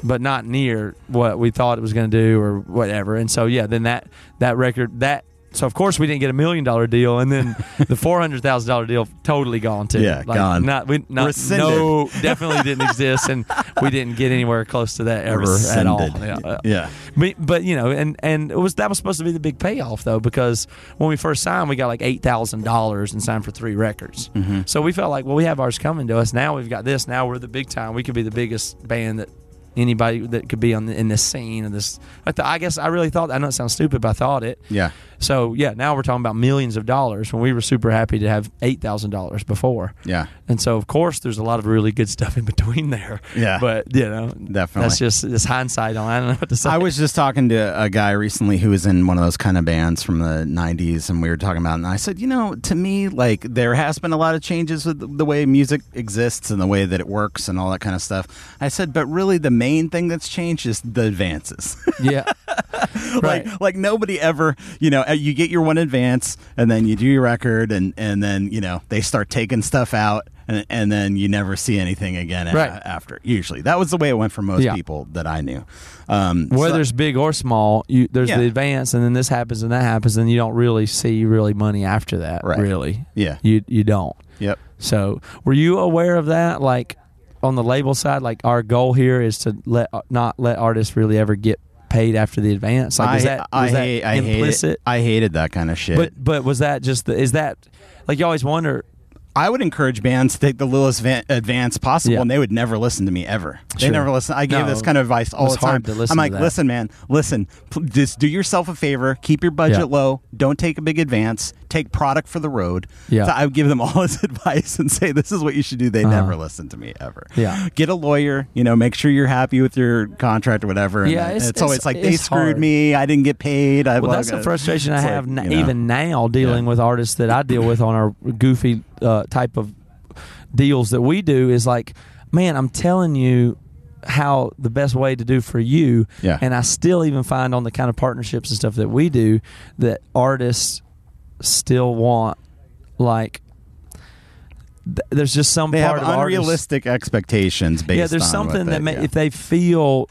but not near what we thought it was going to do or whatever. And so yeah, then that that record that so of course we didn't get a million dollar deal, and then the four hundred thousand dollar deal totally gone too. Yeah, gone. Not we not Rescinded. no definitely didn't exist, and we didn't get anywhere close to that ever at all. Rescinded. Yeah. uh, Yeah. But, but you know, and and it was that was supposed to be the big payoff though, because when we first signed, we got like eight thousand dollars and signed for three records. Mm-hmm. So we felt like, well, we have ours coming to us now. We've got this. Now we're the big time. We could be the biggest band that anybody that could be on the, in this scene and this. I, th- I guess I really thought. I know it sounds stupid, but I thought it. Yeah. So yeah, now we're talking about millions of dollars when we were super happy to have eight thousand dollars before. Yeah. And so of course there's a lot of really good stuff in between there. Yeah. But you know Definitely. that's just it's hindsight on I don't know what to say. I was just talking to a guy recently who was in one of those kind of bands from the 90s, and we were talking about it. And I said, you know, to me, like, there has been a lot of changes with the- the way music exists and the way that it works and all that kind of stuff. I said, but really, the main thing that's changed is the advances. Yeah. right. like like nobody ever you know uh, you get your one advance and then you do your record and and then you know they start taking stuff out and, and then you never see anything again a- Right. after usually that was the way it went for most Yeah. people that i knew um so- Whether it's big or small, you, there's Yeah. the advance, and then this happens, and that happens, and you don't really see really money after that. Right. Really, Yeah. you you don't. yep So, were you aware of that? Like on the label side, like our goal here is to let not let artists really ever get paid after the advance. Like, is I, that was I, that hate, I hate implicit? it. I hated that kind of shit. But but was that just the, is that like you always wonder? I would encourage bands to take the littlest van- advance possible, Yeah. and they would never listen to me ever. They Sure. never listen. I gave No, this kind of advice all it's the time. hard to listen I'm to like, that. listen, man, listen. Pl- just do yourself a favor. Keep your budget Yeah. low. Don't take a big advance. Take product for the road. Yeah. So I would give them all this advice and say, this is what you should do. They never listen to me ever. Uh-huh. Yeah. Get a lawyer. You know, make sure you're happy with your contract or whatever. and Yeah, then it's- it's, it's- always like they it's screwed hard. me. I didn't get paid. I Well, blah, that's blah. the frustration I It's have like, n- you know. even now dealing Yeah. with artists that I deal with on our goofy uh, type of deals that we do is like, man, I'm telling you how the best way to do for you. Yeah. And I still even find on the kind of partnerships and stuff that we do that artists still want like th- there's just some They part have of artists- unrealistic expectations based on yeah, there's what something they- that may, yeah. if they feel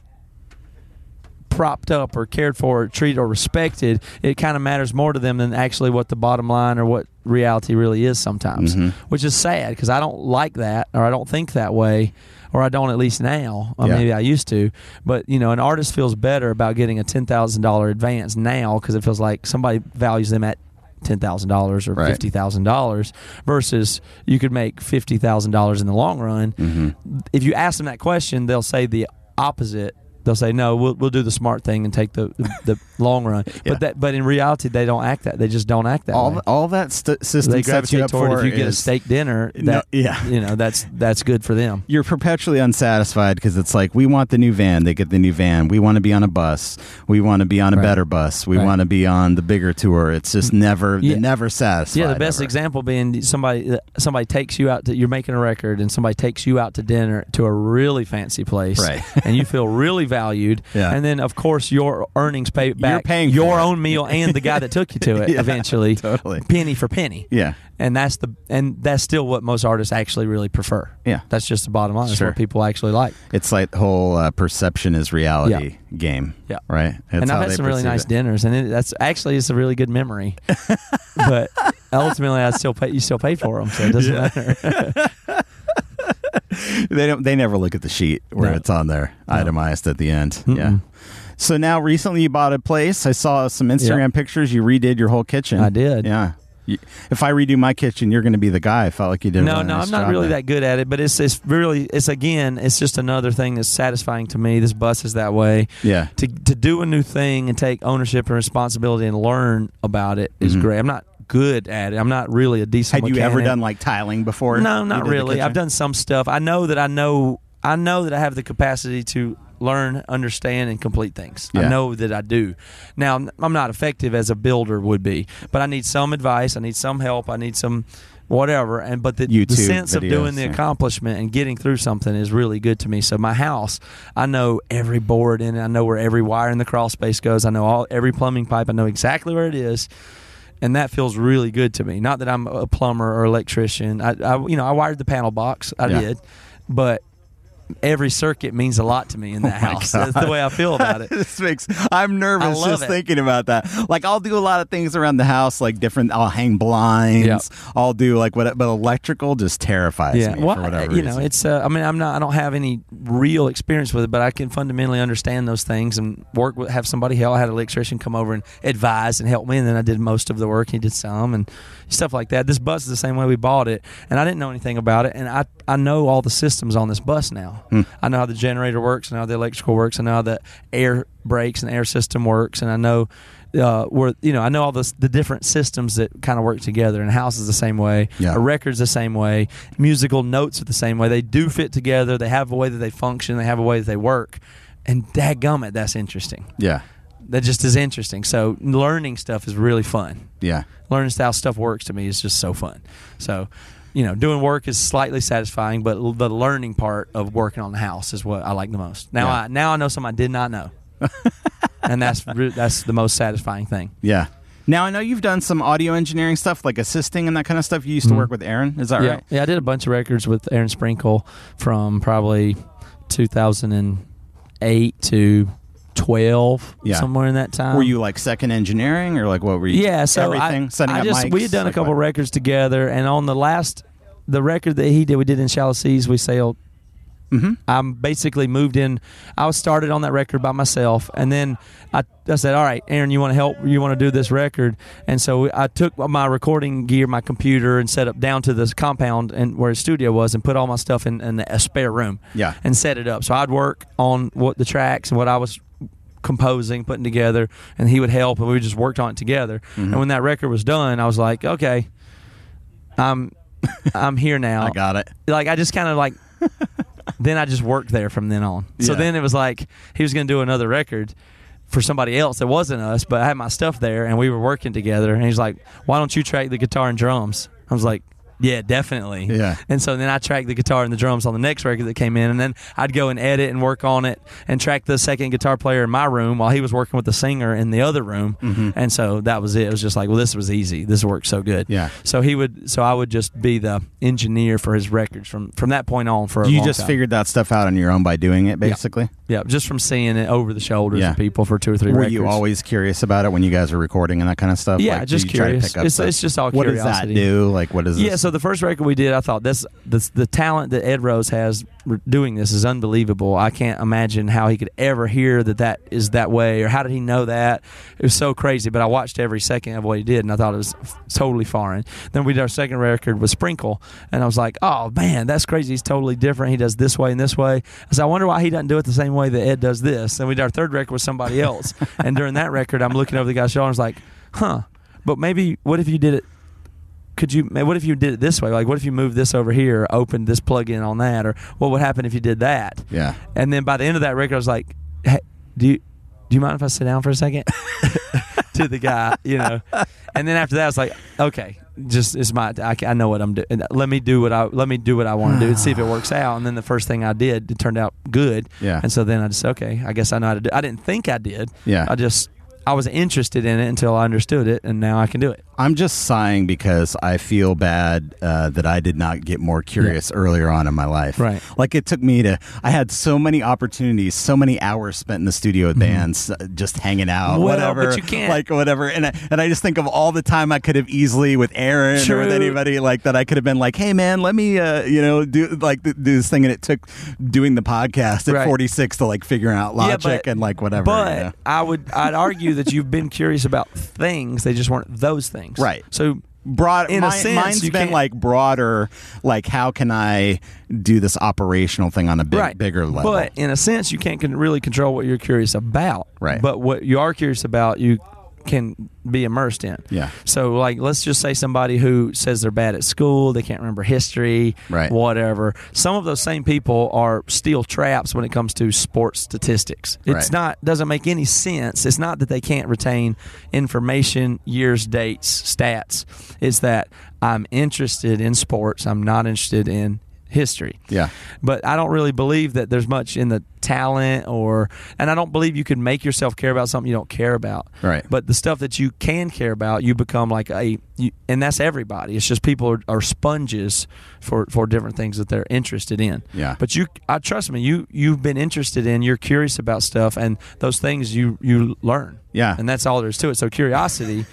propped up or cared for or treated or respected, it kind of matters more to them than actually what the bottom line or what reality really is sometimes, Mm-hmm. which is sad because I don't like that or I don't think that way or I don't at least now. Or Yeah. Maybe I used to, but you know, an artist feels better about getting a ten thousand dollar advance now because it feels like somebody values them at ten thousand dollars or Right. fifty thousand dollars versus you could make Mm-hmm. fifty thousand dollars in the long run. If you ask them that question, they'll say the opposite They'll say no. We'll, we'll do the smart thing and take the the long run. But that but in reality they don't act that. They just don't act that. all way. all that st- system they sets you gravitate up for toward if you get a is- steak dinner. That, No, yeah. you know that's that's good for them. you're perpetually unsatisfied because it's like we want the new van they get the new van we want to be on a bus we want to be on a Right. better bus we Right. Mm. want to be on the bigger tour it's just never Yeah. they're never satisfied Yeah, the best ever. example being somebody somebody takes you out to you're making a record and somebody takes you out to dinner to a really fancy place, Right. and you feel really valued, Yeah. and then of course your earnings pay back paying for your it. own meal and the guy that took you to it Yeah, eventually, totally. penny for penny, Yeah. and that's the and that's still what most artists actually really prefer. Yeah. that's just the bottom line. That's Sure. what people actually like. it's like the whole uh, perception is reality game Yeah. right That's and how I've had they some really perceive nice it. dinners, and it, that's actually it's a really good memory. but ultimately, I still pay. You still pay for them, so it doesn't matter. they don't they never look at the sheet where No. it's on there itemized at the end yeah Mm-mm. so now recently you bought a place i saw some instagram Yeah. pictures you redid your whole kitchen I did. yeah You- if i redo my kitchen you're going to be the guy i felt like you did a No, really no, nice I'm not job really there. that good at it, but it's it's really it's again it's just another thing that's satisfying to me. This bus is that way. Yeah. To to do a new thing and take ownership and responsibility and learn about it is great. I'm not good at it. I'm not really a decent. Mm-hmm. Had you ever mechanic. done like tiling before? No, You not did the really. I've kitchen? done some stuff. I know that I know. I know that I have the capacity to learn, understand, and complete things. Yeah. I know that I do. Now I'm- I'm not effective as a builder would be, but I need some advice. I need some help. I need some whatever. And but the, the YouTube sense of doing videos, the yeah. accomplishment and getting through something is really good to me. So my house, I know every board in it. I know where every wire in the crawl space goes. I know all every plumbing pipe. I know exactly where it is and that feels really good to me. Not that I'm a plumber or electrician. I, I you know, I wired the panel box. I Yeah. did, but every circuit means a lot to me in that house. That's the way I feel about it. this makes I'm nervous love just it. thinking about that. Like I'll do a lot of things around the house, like different. I'll hang blinds. Yeah. I'll do like what, but electrical just terrifies me well, for whatever you reason. know, it's. Uh, I mean, I'm not. I don't have any real experience with it, but I can fundamentally understand those things and work with. Have somebody help. I had an electrician come over and advise and help me, and then I did most of the work. He did some and stuff like that. This bus is the same way we bought it, and I didn't know anything about it, and I I know all the systems on this bus now. Hmm. I know how the generator works, and how the electrical works, and how the air brakes and air system works, and I know uh, where you know I know all the the different systems that kind of work together. And house is the same way. Yeah. A records the same way. Musical notes are the same way. They do fit together. They have a way that they function. They have a way that they work. And dadgummit, that's interesting. yeah, That just is interesting. So learning stuff is really fun. yeah. Learning how stuff works to me is just so fun. So. You know, doing work is slightly satisfying, but l- the learning part of working on the house is what I like the most. Now, Yeah. I now I know something I did not know, and that's re- that's the most satisfying thing. Yeah. Now I know you've done some audio engineering stuff, like assisting and that kind of stuff. You used to work with Aaron, is that Mm-hmm. yeah. right? Yeah, I did a bunch of records with Aaron Sprinkle from probably 2008 to 12, Yeah. somewhere in that time. were you like second engineering or like what were you? Um, Yeah, so everything I, setting I up just mics, we had done a like couple what? records together, and on the last the record that he did, we did in Chalices, we sailed. Mm-hmm. I'm basically moved in. I was started on that record by myself, and then I, I said, "All right, Aaron, you want to help? You want to do this record?" And so I took my recording gear, my computer, and set up down to this compound and where his studio was, and put all my stuff in, in a spare room. Yeah. and set it up. So I'd work on what the tracks and what I was composing, putting together, and he would help, and we just worked on it together. Mm-hmm. And when that record was done, I was like, okay, I'm I'm here now. I got it. Like I just kind of like. then I just worked there from then on. So Yeah. then it was like he was going to do another record for somebody else that wasn't us, but I had my stuff there and we were working together. And he's like, "Why don't you track the guitar and drums?" I was like. Yeah, definitely. Yeah. And so then I tracked the guitar and the drums on the next record that came in, and then I'd go and edit and work on it and track the second guitar player in my room while he was working with the singer in the other room. Mm-hmm. And so that was it. It was just like, well, this was easy. This worked so good. Yeah. So he would. So I would just be the engineer for his records from from that point on for a You long just time. figured that stuff out on your own by doing it, basically. Yeah, just from seeing it over the shoulders Yeah. of people for two or three Were records. you always curious about it when you guys were recording and that kind of stuff? Yeah, Like, do just you try to curious. pick up It's- stuff? it's just all what does that curiosity. do? Like, what is Yeah, this so the first record we did, I thought this, this the talent that Ed Rose has r- doing this is unbelievable. I can't imagine how he could ever hear that that is that way, or how did he know that? It was so crazy. But I watched every second of what he did, and I thought it was f- totally foreign. Then we did our second record with Sprinkle, and I was like, oh man, that's crazy. He's totally different. He does this way and this way. I said, I wonder why he doesn't do it the same way that Ed does this. And we did our third record with somebody else, and during that record, I'm looking over the guy's shoulder, and I was like, huh. But maybe what if you did it could you man, what if you did it this way like what if you moved this over here opened this plug in on that or what would happen if you did that Yeah. and then by the end of that record i was like hey, do you do you mind if i sit down for a second to the guy you know and then after that i was like okay just it's my i, ca- I know what i'm doing let me do what i let me do what i want to do and see if it works out and then the first thing i did it turned out good Yeah. and so then i just said, okay i guess i know how to do i didn't think i did Yeah. i just i was interested in it until i understood it and now i can do it I'm just sighing because I feel bad uh, that I did not get more curious earlier on in my life. Right. Like it took me to, I had so many opportunities, so many hours spent in the studio with bands, uh, just hanging out, Mm-hmm. Well, whatever. but you can't- Like whatever. And I, and I just think of all the time I could have easily with Aaron or with True. anybody like that. I could have been like, hey man, let me, uh, you know, do like th- do this thing. And it took doing the podcast at Right. 46 to like figuring out Yeah, logic but- and like whatever. But you know? I would I'd argue that you've been curious about things. They just weren't those things. Right. So broad In a mine, sense, mine's you been can't- like broader like how can i do this operational thing on a big, right. bigger level But in a sense, you can't can really control what you're curious about. Right. But what you are curious about, you can be immersed in. Yeah. So like, let's just say somebody who says they're bad at school, they can't remember history, Right. Whatever. Some of those same people are steel traps when it comes to sports statistics. It's Right. not doesn't make any sense. It's not that they can't retain information, years, dates, stats. It's that I'm interested in sports. I'm not interested in history Yeah. but I don't really believe that there's much in the talent or and I don't believe you can make yourself care about something you don't care about. Right. But the stuff that you can care about, you become like a you, and that's everybody. It's just people are, are sponges for for different things that they're interested in. Yeah. But you I trust me, you you've been interested in, you're curious about stuff and those things you you learn. Yeah. And that's all there is to it. So curiosity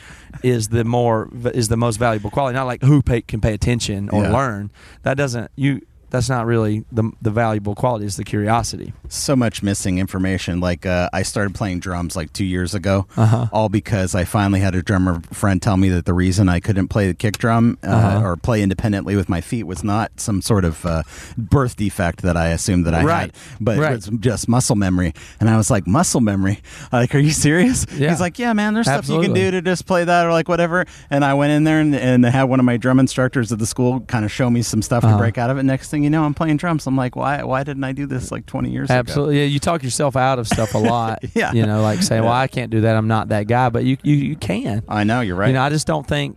is the more is the most valuable quality, not like who pay, can pay attention or Yeah. learn. That doesn't you. That's not really the the valuable quality. Is the curiosity. so much missing information like uh, i started playing drums like two years ago Uh-huh. all because i finally had a drummer friend tell me that the reason i couldn't play the kick drum uh, Uh-huh. or play independently with my feet was not some sort of uh, birth defect that i assumed that i Right. had but Right. it was just muscle memory and i was like muscle memory like are you serious Yeah. he's like yeah man there's stuff you Absolutely. can do to just play that or like whatever and i went in there and, and had one of my drum instructors at the school kind of show me some stuff Uh-huh. to break out of it next thing you know i'm playing drums i'm like why why didn't i do this like 20 years ago Absolutely. Yeah, you talk yourself out of stuff a lot. Yeah. You know, like saying, "Well, I can't do that. I'm not that guy." But you you, you can. I know you're right. You know, I just don't think.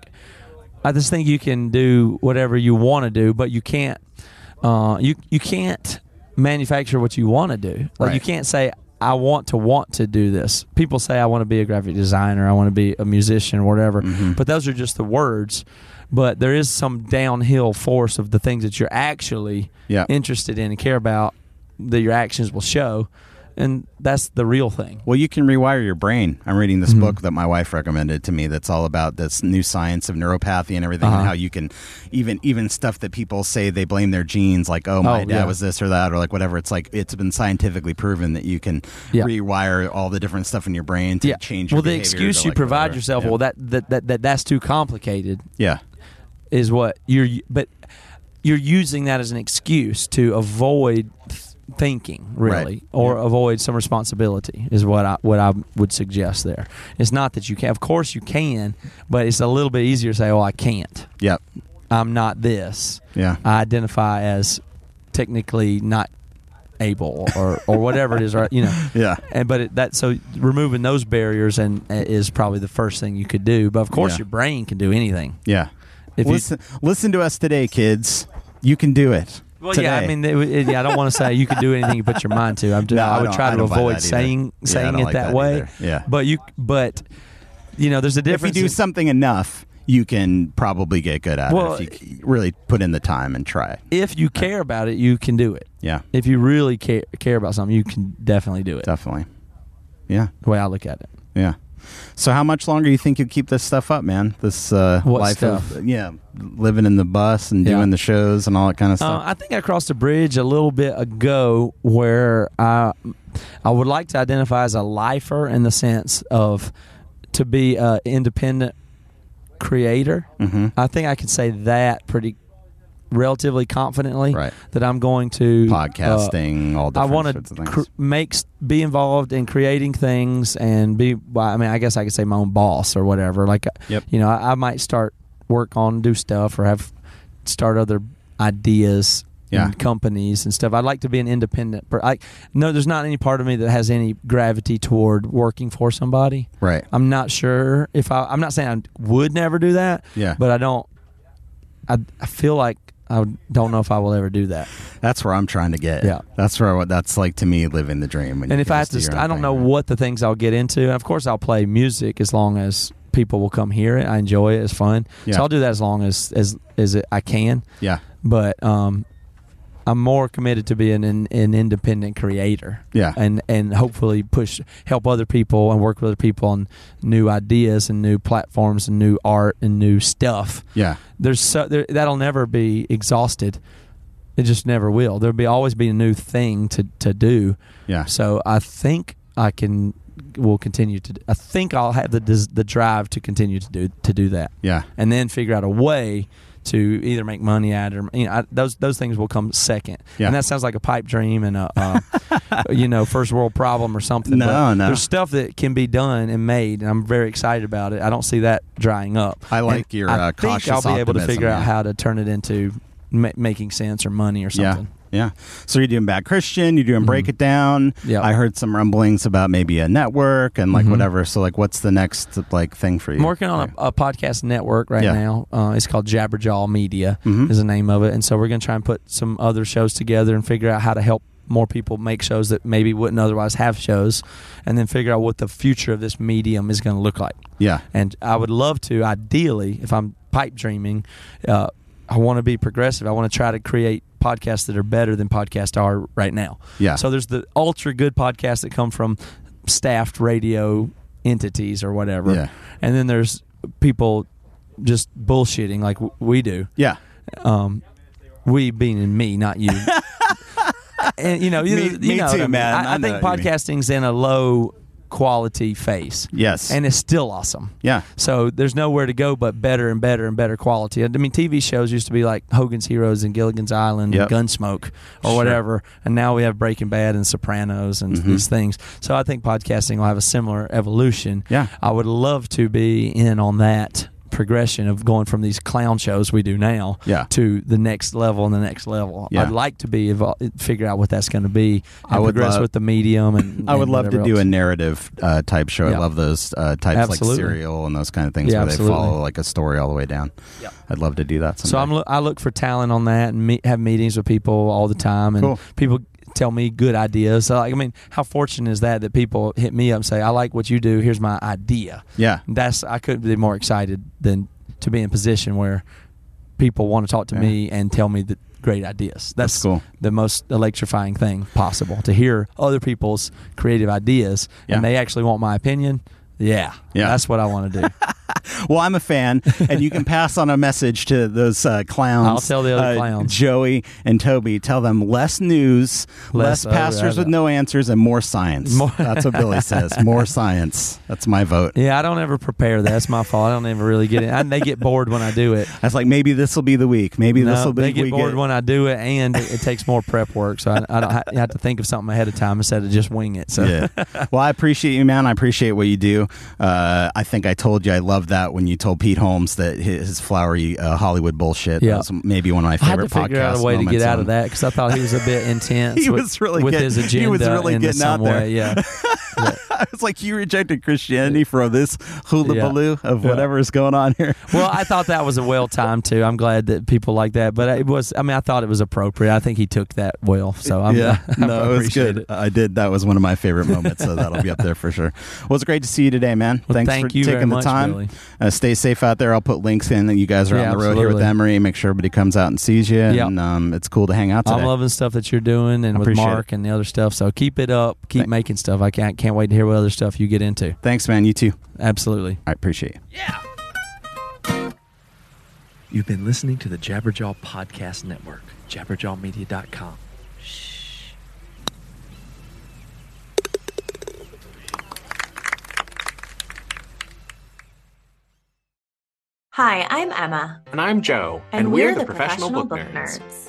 I just think you can do whatever you want to do, but you can't. Uh, you you can't manufacture what you want to do. Like you Right. can't say I want to want to do this. People say I want to be a graphic designer, I want to be a musician, or whatever. Mm-hmm. But those are just the words. But there is some downhill force of the things that you're actually Yeah. interested in and care about that your actions will show, and that's the real thing. well, you can rewire your brain. I'm reading Mm-hmm. this book that my wife recommended to me. That's all about this new science of neuropathy and everything, Uh-huh. and how you can even even stuff that people say they blame their genes, like oh my Oh, dad yeah. was this or that or like whatever. It's like it's been scientifically proven that you can Yeah. rewire all the different stuff in your brain to change. Your well, the behavior excuse to, you like, provide whatever. yourself, Yeah. well, that, that that that that's too complicated. yeah, is what you're but you're using that as an excuse to avoid th- thinking really Right. or avoid some responsibility is what I what I would suggest there. It's not that you can of course you can, but it's a little bit easier to say, "Oh, I can't. yep, I'm not this." yeah. I identify as technically not able or or whatever it is, right? You know. Yeah. And but it, that so removing those barriers and uh, is probably the first thing you could do. But of course Yeah. your brain can do anything. yeah. If you- listen, listen to us today, kids. You can do it. Well, yeah, I Today. mean, it, would- it, yeah, I don't want to say you can do anything you put your mind to. I'm just, No, I I would don't- I try to don't buy avoid that either. saying Yeah, I saying don't it like that, that way. either. Yeah. but you, but you know, there's a if you difference. do in- something enough, you can probably get good at Well, it if you c- really put in the time and try. if you care about it, you can do it. Yeah, If you really care care about something, you can definitely do it. definitely. Yeah, The way I look at it. yeah. So how much longer do you think you keep this stuff up, man? This uh, What life stuff? of yeah, living in the bus and Yeah. doing the shows and all that kind of Uh, stuff. I think I crossed a bridge a little bit ago where I I would like to identify as a lifer in the sense of to be an independent creator. Mhm. I think I can say that pretty relatively confidently that I'm going to uh, Podcasting, all I different wanna sorts of things. cr- makes be involved in creating things and be. Well, I mean, I guess I could say my own boss or whatever. Like, uh, Yep. you know, I, I might start work on do stuff or have start other ideas. Yeah. And companies and stuff. I'd like to be an independent. Per- I no, there's not any part of me that has any gravity toward working for somebody. Right. I'm not sure if I. I'm not saying I would never do that. Yeah. But I don't. I, I feel like I don't know if I will ever do that. That's where I'm trying to get. Yeah. that's where what that's like to me living the dream. when and you if can I have just do to, your st- own I don't thing. know what the things I'll get into. And of course, I'll play music as long as people will come hear it. I enjoy it. It's fun. Yeah. So I'll do that as long as as as it, I can. Yeah. But um, I'm more committed to being an, an independent creator. Yeah. And and hopefully push help other people and work with other people on new ideas and new platforms and new art and new stuff. Yeah. There's so there, that'll never be exhausted. It just never will. There'll be always be a new thing to to do. Yeah. So I think I can will continue to. I think I'll have the des- the drive to continue to do to do that. Yeah. And then figure out a way to either make money at it or you know I, those those things will come second. Yeah. And that sounds like a pipe dream and a, uh you know first world problem or something. No, but no. There's stuff that can be done and made, and I'm very excited about it. I don't see that drying up. I like And your, I uh, think cautious I'll be able to optimism, figure out yeah. how to turn it into ma- making sense or money or something. Mm-hmm. Yeah. Yeah. So you're doing Bad Christian, you're doing Break It Down. Yeah. I heard some rumblings about maybe a network and like Mhm. whatever. So like what's the next like thing for you? I'm working on a, a podcast network right Yeah. Mm-hmm. now. Uh, it's called Jabberjaw Media is the name of it, and so we're going to try and put some other shows together and figure out how to help more people make shows that maybe wouldn't otherwise have shows, and then figure out what the future of this medium is going to look like. Yeah. And I would love to, ideally, if I'm pipe dreaming, uh, I want to be progressive. I want to try to create podcasts that are better than podcasts are right now. Yeah. So there's the ultra good podcasts that come from staffed radio entities or whatever. Yeah. And then there's people just bullshitting like w- we do. Yeah. Um, we being in me, not you. and you know, you, Me- you me know what too, I mean. man. I, I I know think what you mean. podcasting's in a low quality phase. Yes. And it's still awesome. Yeah. So there's nowhere to go but better and better and better quality. I mean, TV shows used to be like Hogan's Heroes and Gilligan's Island Yep. and Gunsmoke or Sure. whatever, and now we have Breaking Bad and Sopranos and Mhm. these things. So I think podcasting will have a similar evolution. Yeah. I would love to be in on that progression of going from these clown shows we do now Yeah. to the next level and the next level. Yeah. I'd like to be evol- figure out what that's going to be. I and would progress love- with the medium and I would and love to whatever do else. a narrative uh, type show. I Yeah. love those uh, types Absolutely. like Serial and those kind of things Yeah, where absolutely. they follow like a story all the way down. Yeah. I'd love to do that. Someday. So I'm lo- I look for talent on that and meet, have meetings with people all the time, and Cool. people tell me good ideas. So like, I mean, how fortunate is that that people hit me up and say, "I like what you do. Here's my idea." Yeah. that's I couldn't be more excited than to be in a position where people want to talk to Yeah. me and tell me the great ideas. That's, cool. The most electrifying thing possible to hear other people's creative ideas, Yeah. and they actually want my opinion. Yeah, Yeah. that's what I want to do. Well, I'm a fan, and you can pass on a message to those uh, clowns. I'll tell the other uh, clowns. Joey and Toby. Tell them less news, less, Less- pastors oh, with no answers, and more science. More- That's what Billy says. More science. That's my vote. Yeah, I don't ever prepare. That's my fault. I don't ever really get it. And they get bored when I do it. I was like, maybe this will be the week. Maybe this No, will be. they get we bored when I do it, and it, it takes more prep work. So I, I don't ha- I have to think of something ahead of time instead of just wing it. So yeah. Well, I appreciate you, man. I appreciate what you do. Uh, I think I told you I love that when you told Pete Holmes that his, his flowery uh, Hollywood bullshit Yeah. was maybe one of my I had to favorite podcasts. figure out a way to get out of that. that because I thought he was a bit intense. He with, was really with getting- his agenda. he was really in getting some out there. Way. Yeah, It's like you rejected Christianity for this hula Yeah. baloo of whatever is going on here. well, I thought that was a well timed too. I'm glad that people like that, but it was. I mean, I thought it was appropriate. I think he took that well. So I'm, yeah, I no, it was appreciate good. I did. That was one of my favorite moments, so that'll be up there for sure. Well, it's great to see you today, man. Well, Thanks thank for you taking very the much, time. Billy. Uh, stay safe out there. I'll put links in that you guys are Yeah, on the road here with absolutely. Emery. Make sure everybody comes out and sees you. Yeah. And um, it's cool to hang out today. I'm loving stuff that you're doing and with Appreciate Mark and the other stuff. So keep it up. Keep making stuff. I can't can't wait to hear what what other stuff you get into. Thanks, man. You too. Absolutely. I appreciate you. You've been listening to the Jabberjaw Podcast Network, jabberjawmedia.com. Hi, I'm Emma. And I'm Joe, and, we're, the, professional, book, nerds.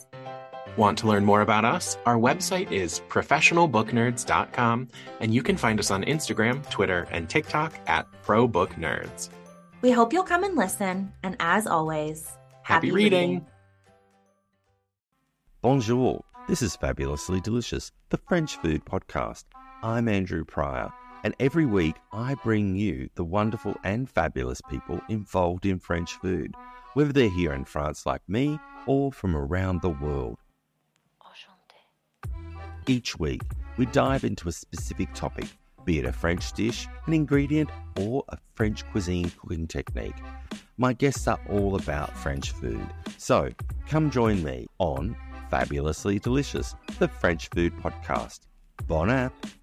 Want to learn more about us? Our website is professionalbooknerds.com, and you can find us on Instagram, Twitter, and TikTok at ProBookNerds. We hope you'll come and listen, and as always, Happy, reading. Bonjour. This is Fabulously Delicious, the French food podcast. I'm Andrew Pryor, and every week I bring you the wonderful and fabulous people involved in French food, whether they're here in France like me or from around the world. Each week, we dive into a specific topic, be it a French dish, an ingredient, or a French cuisine cooking technique. My guests are all about French food, so come join me on Fabulously Delicious, the French Food Podcast. Bon app!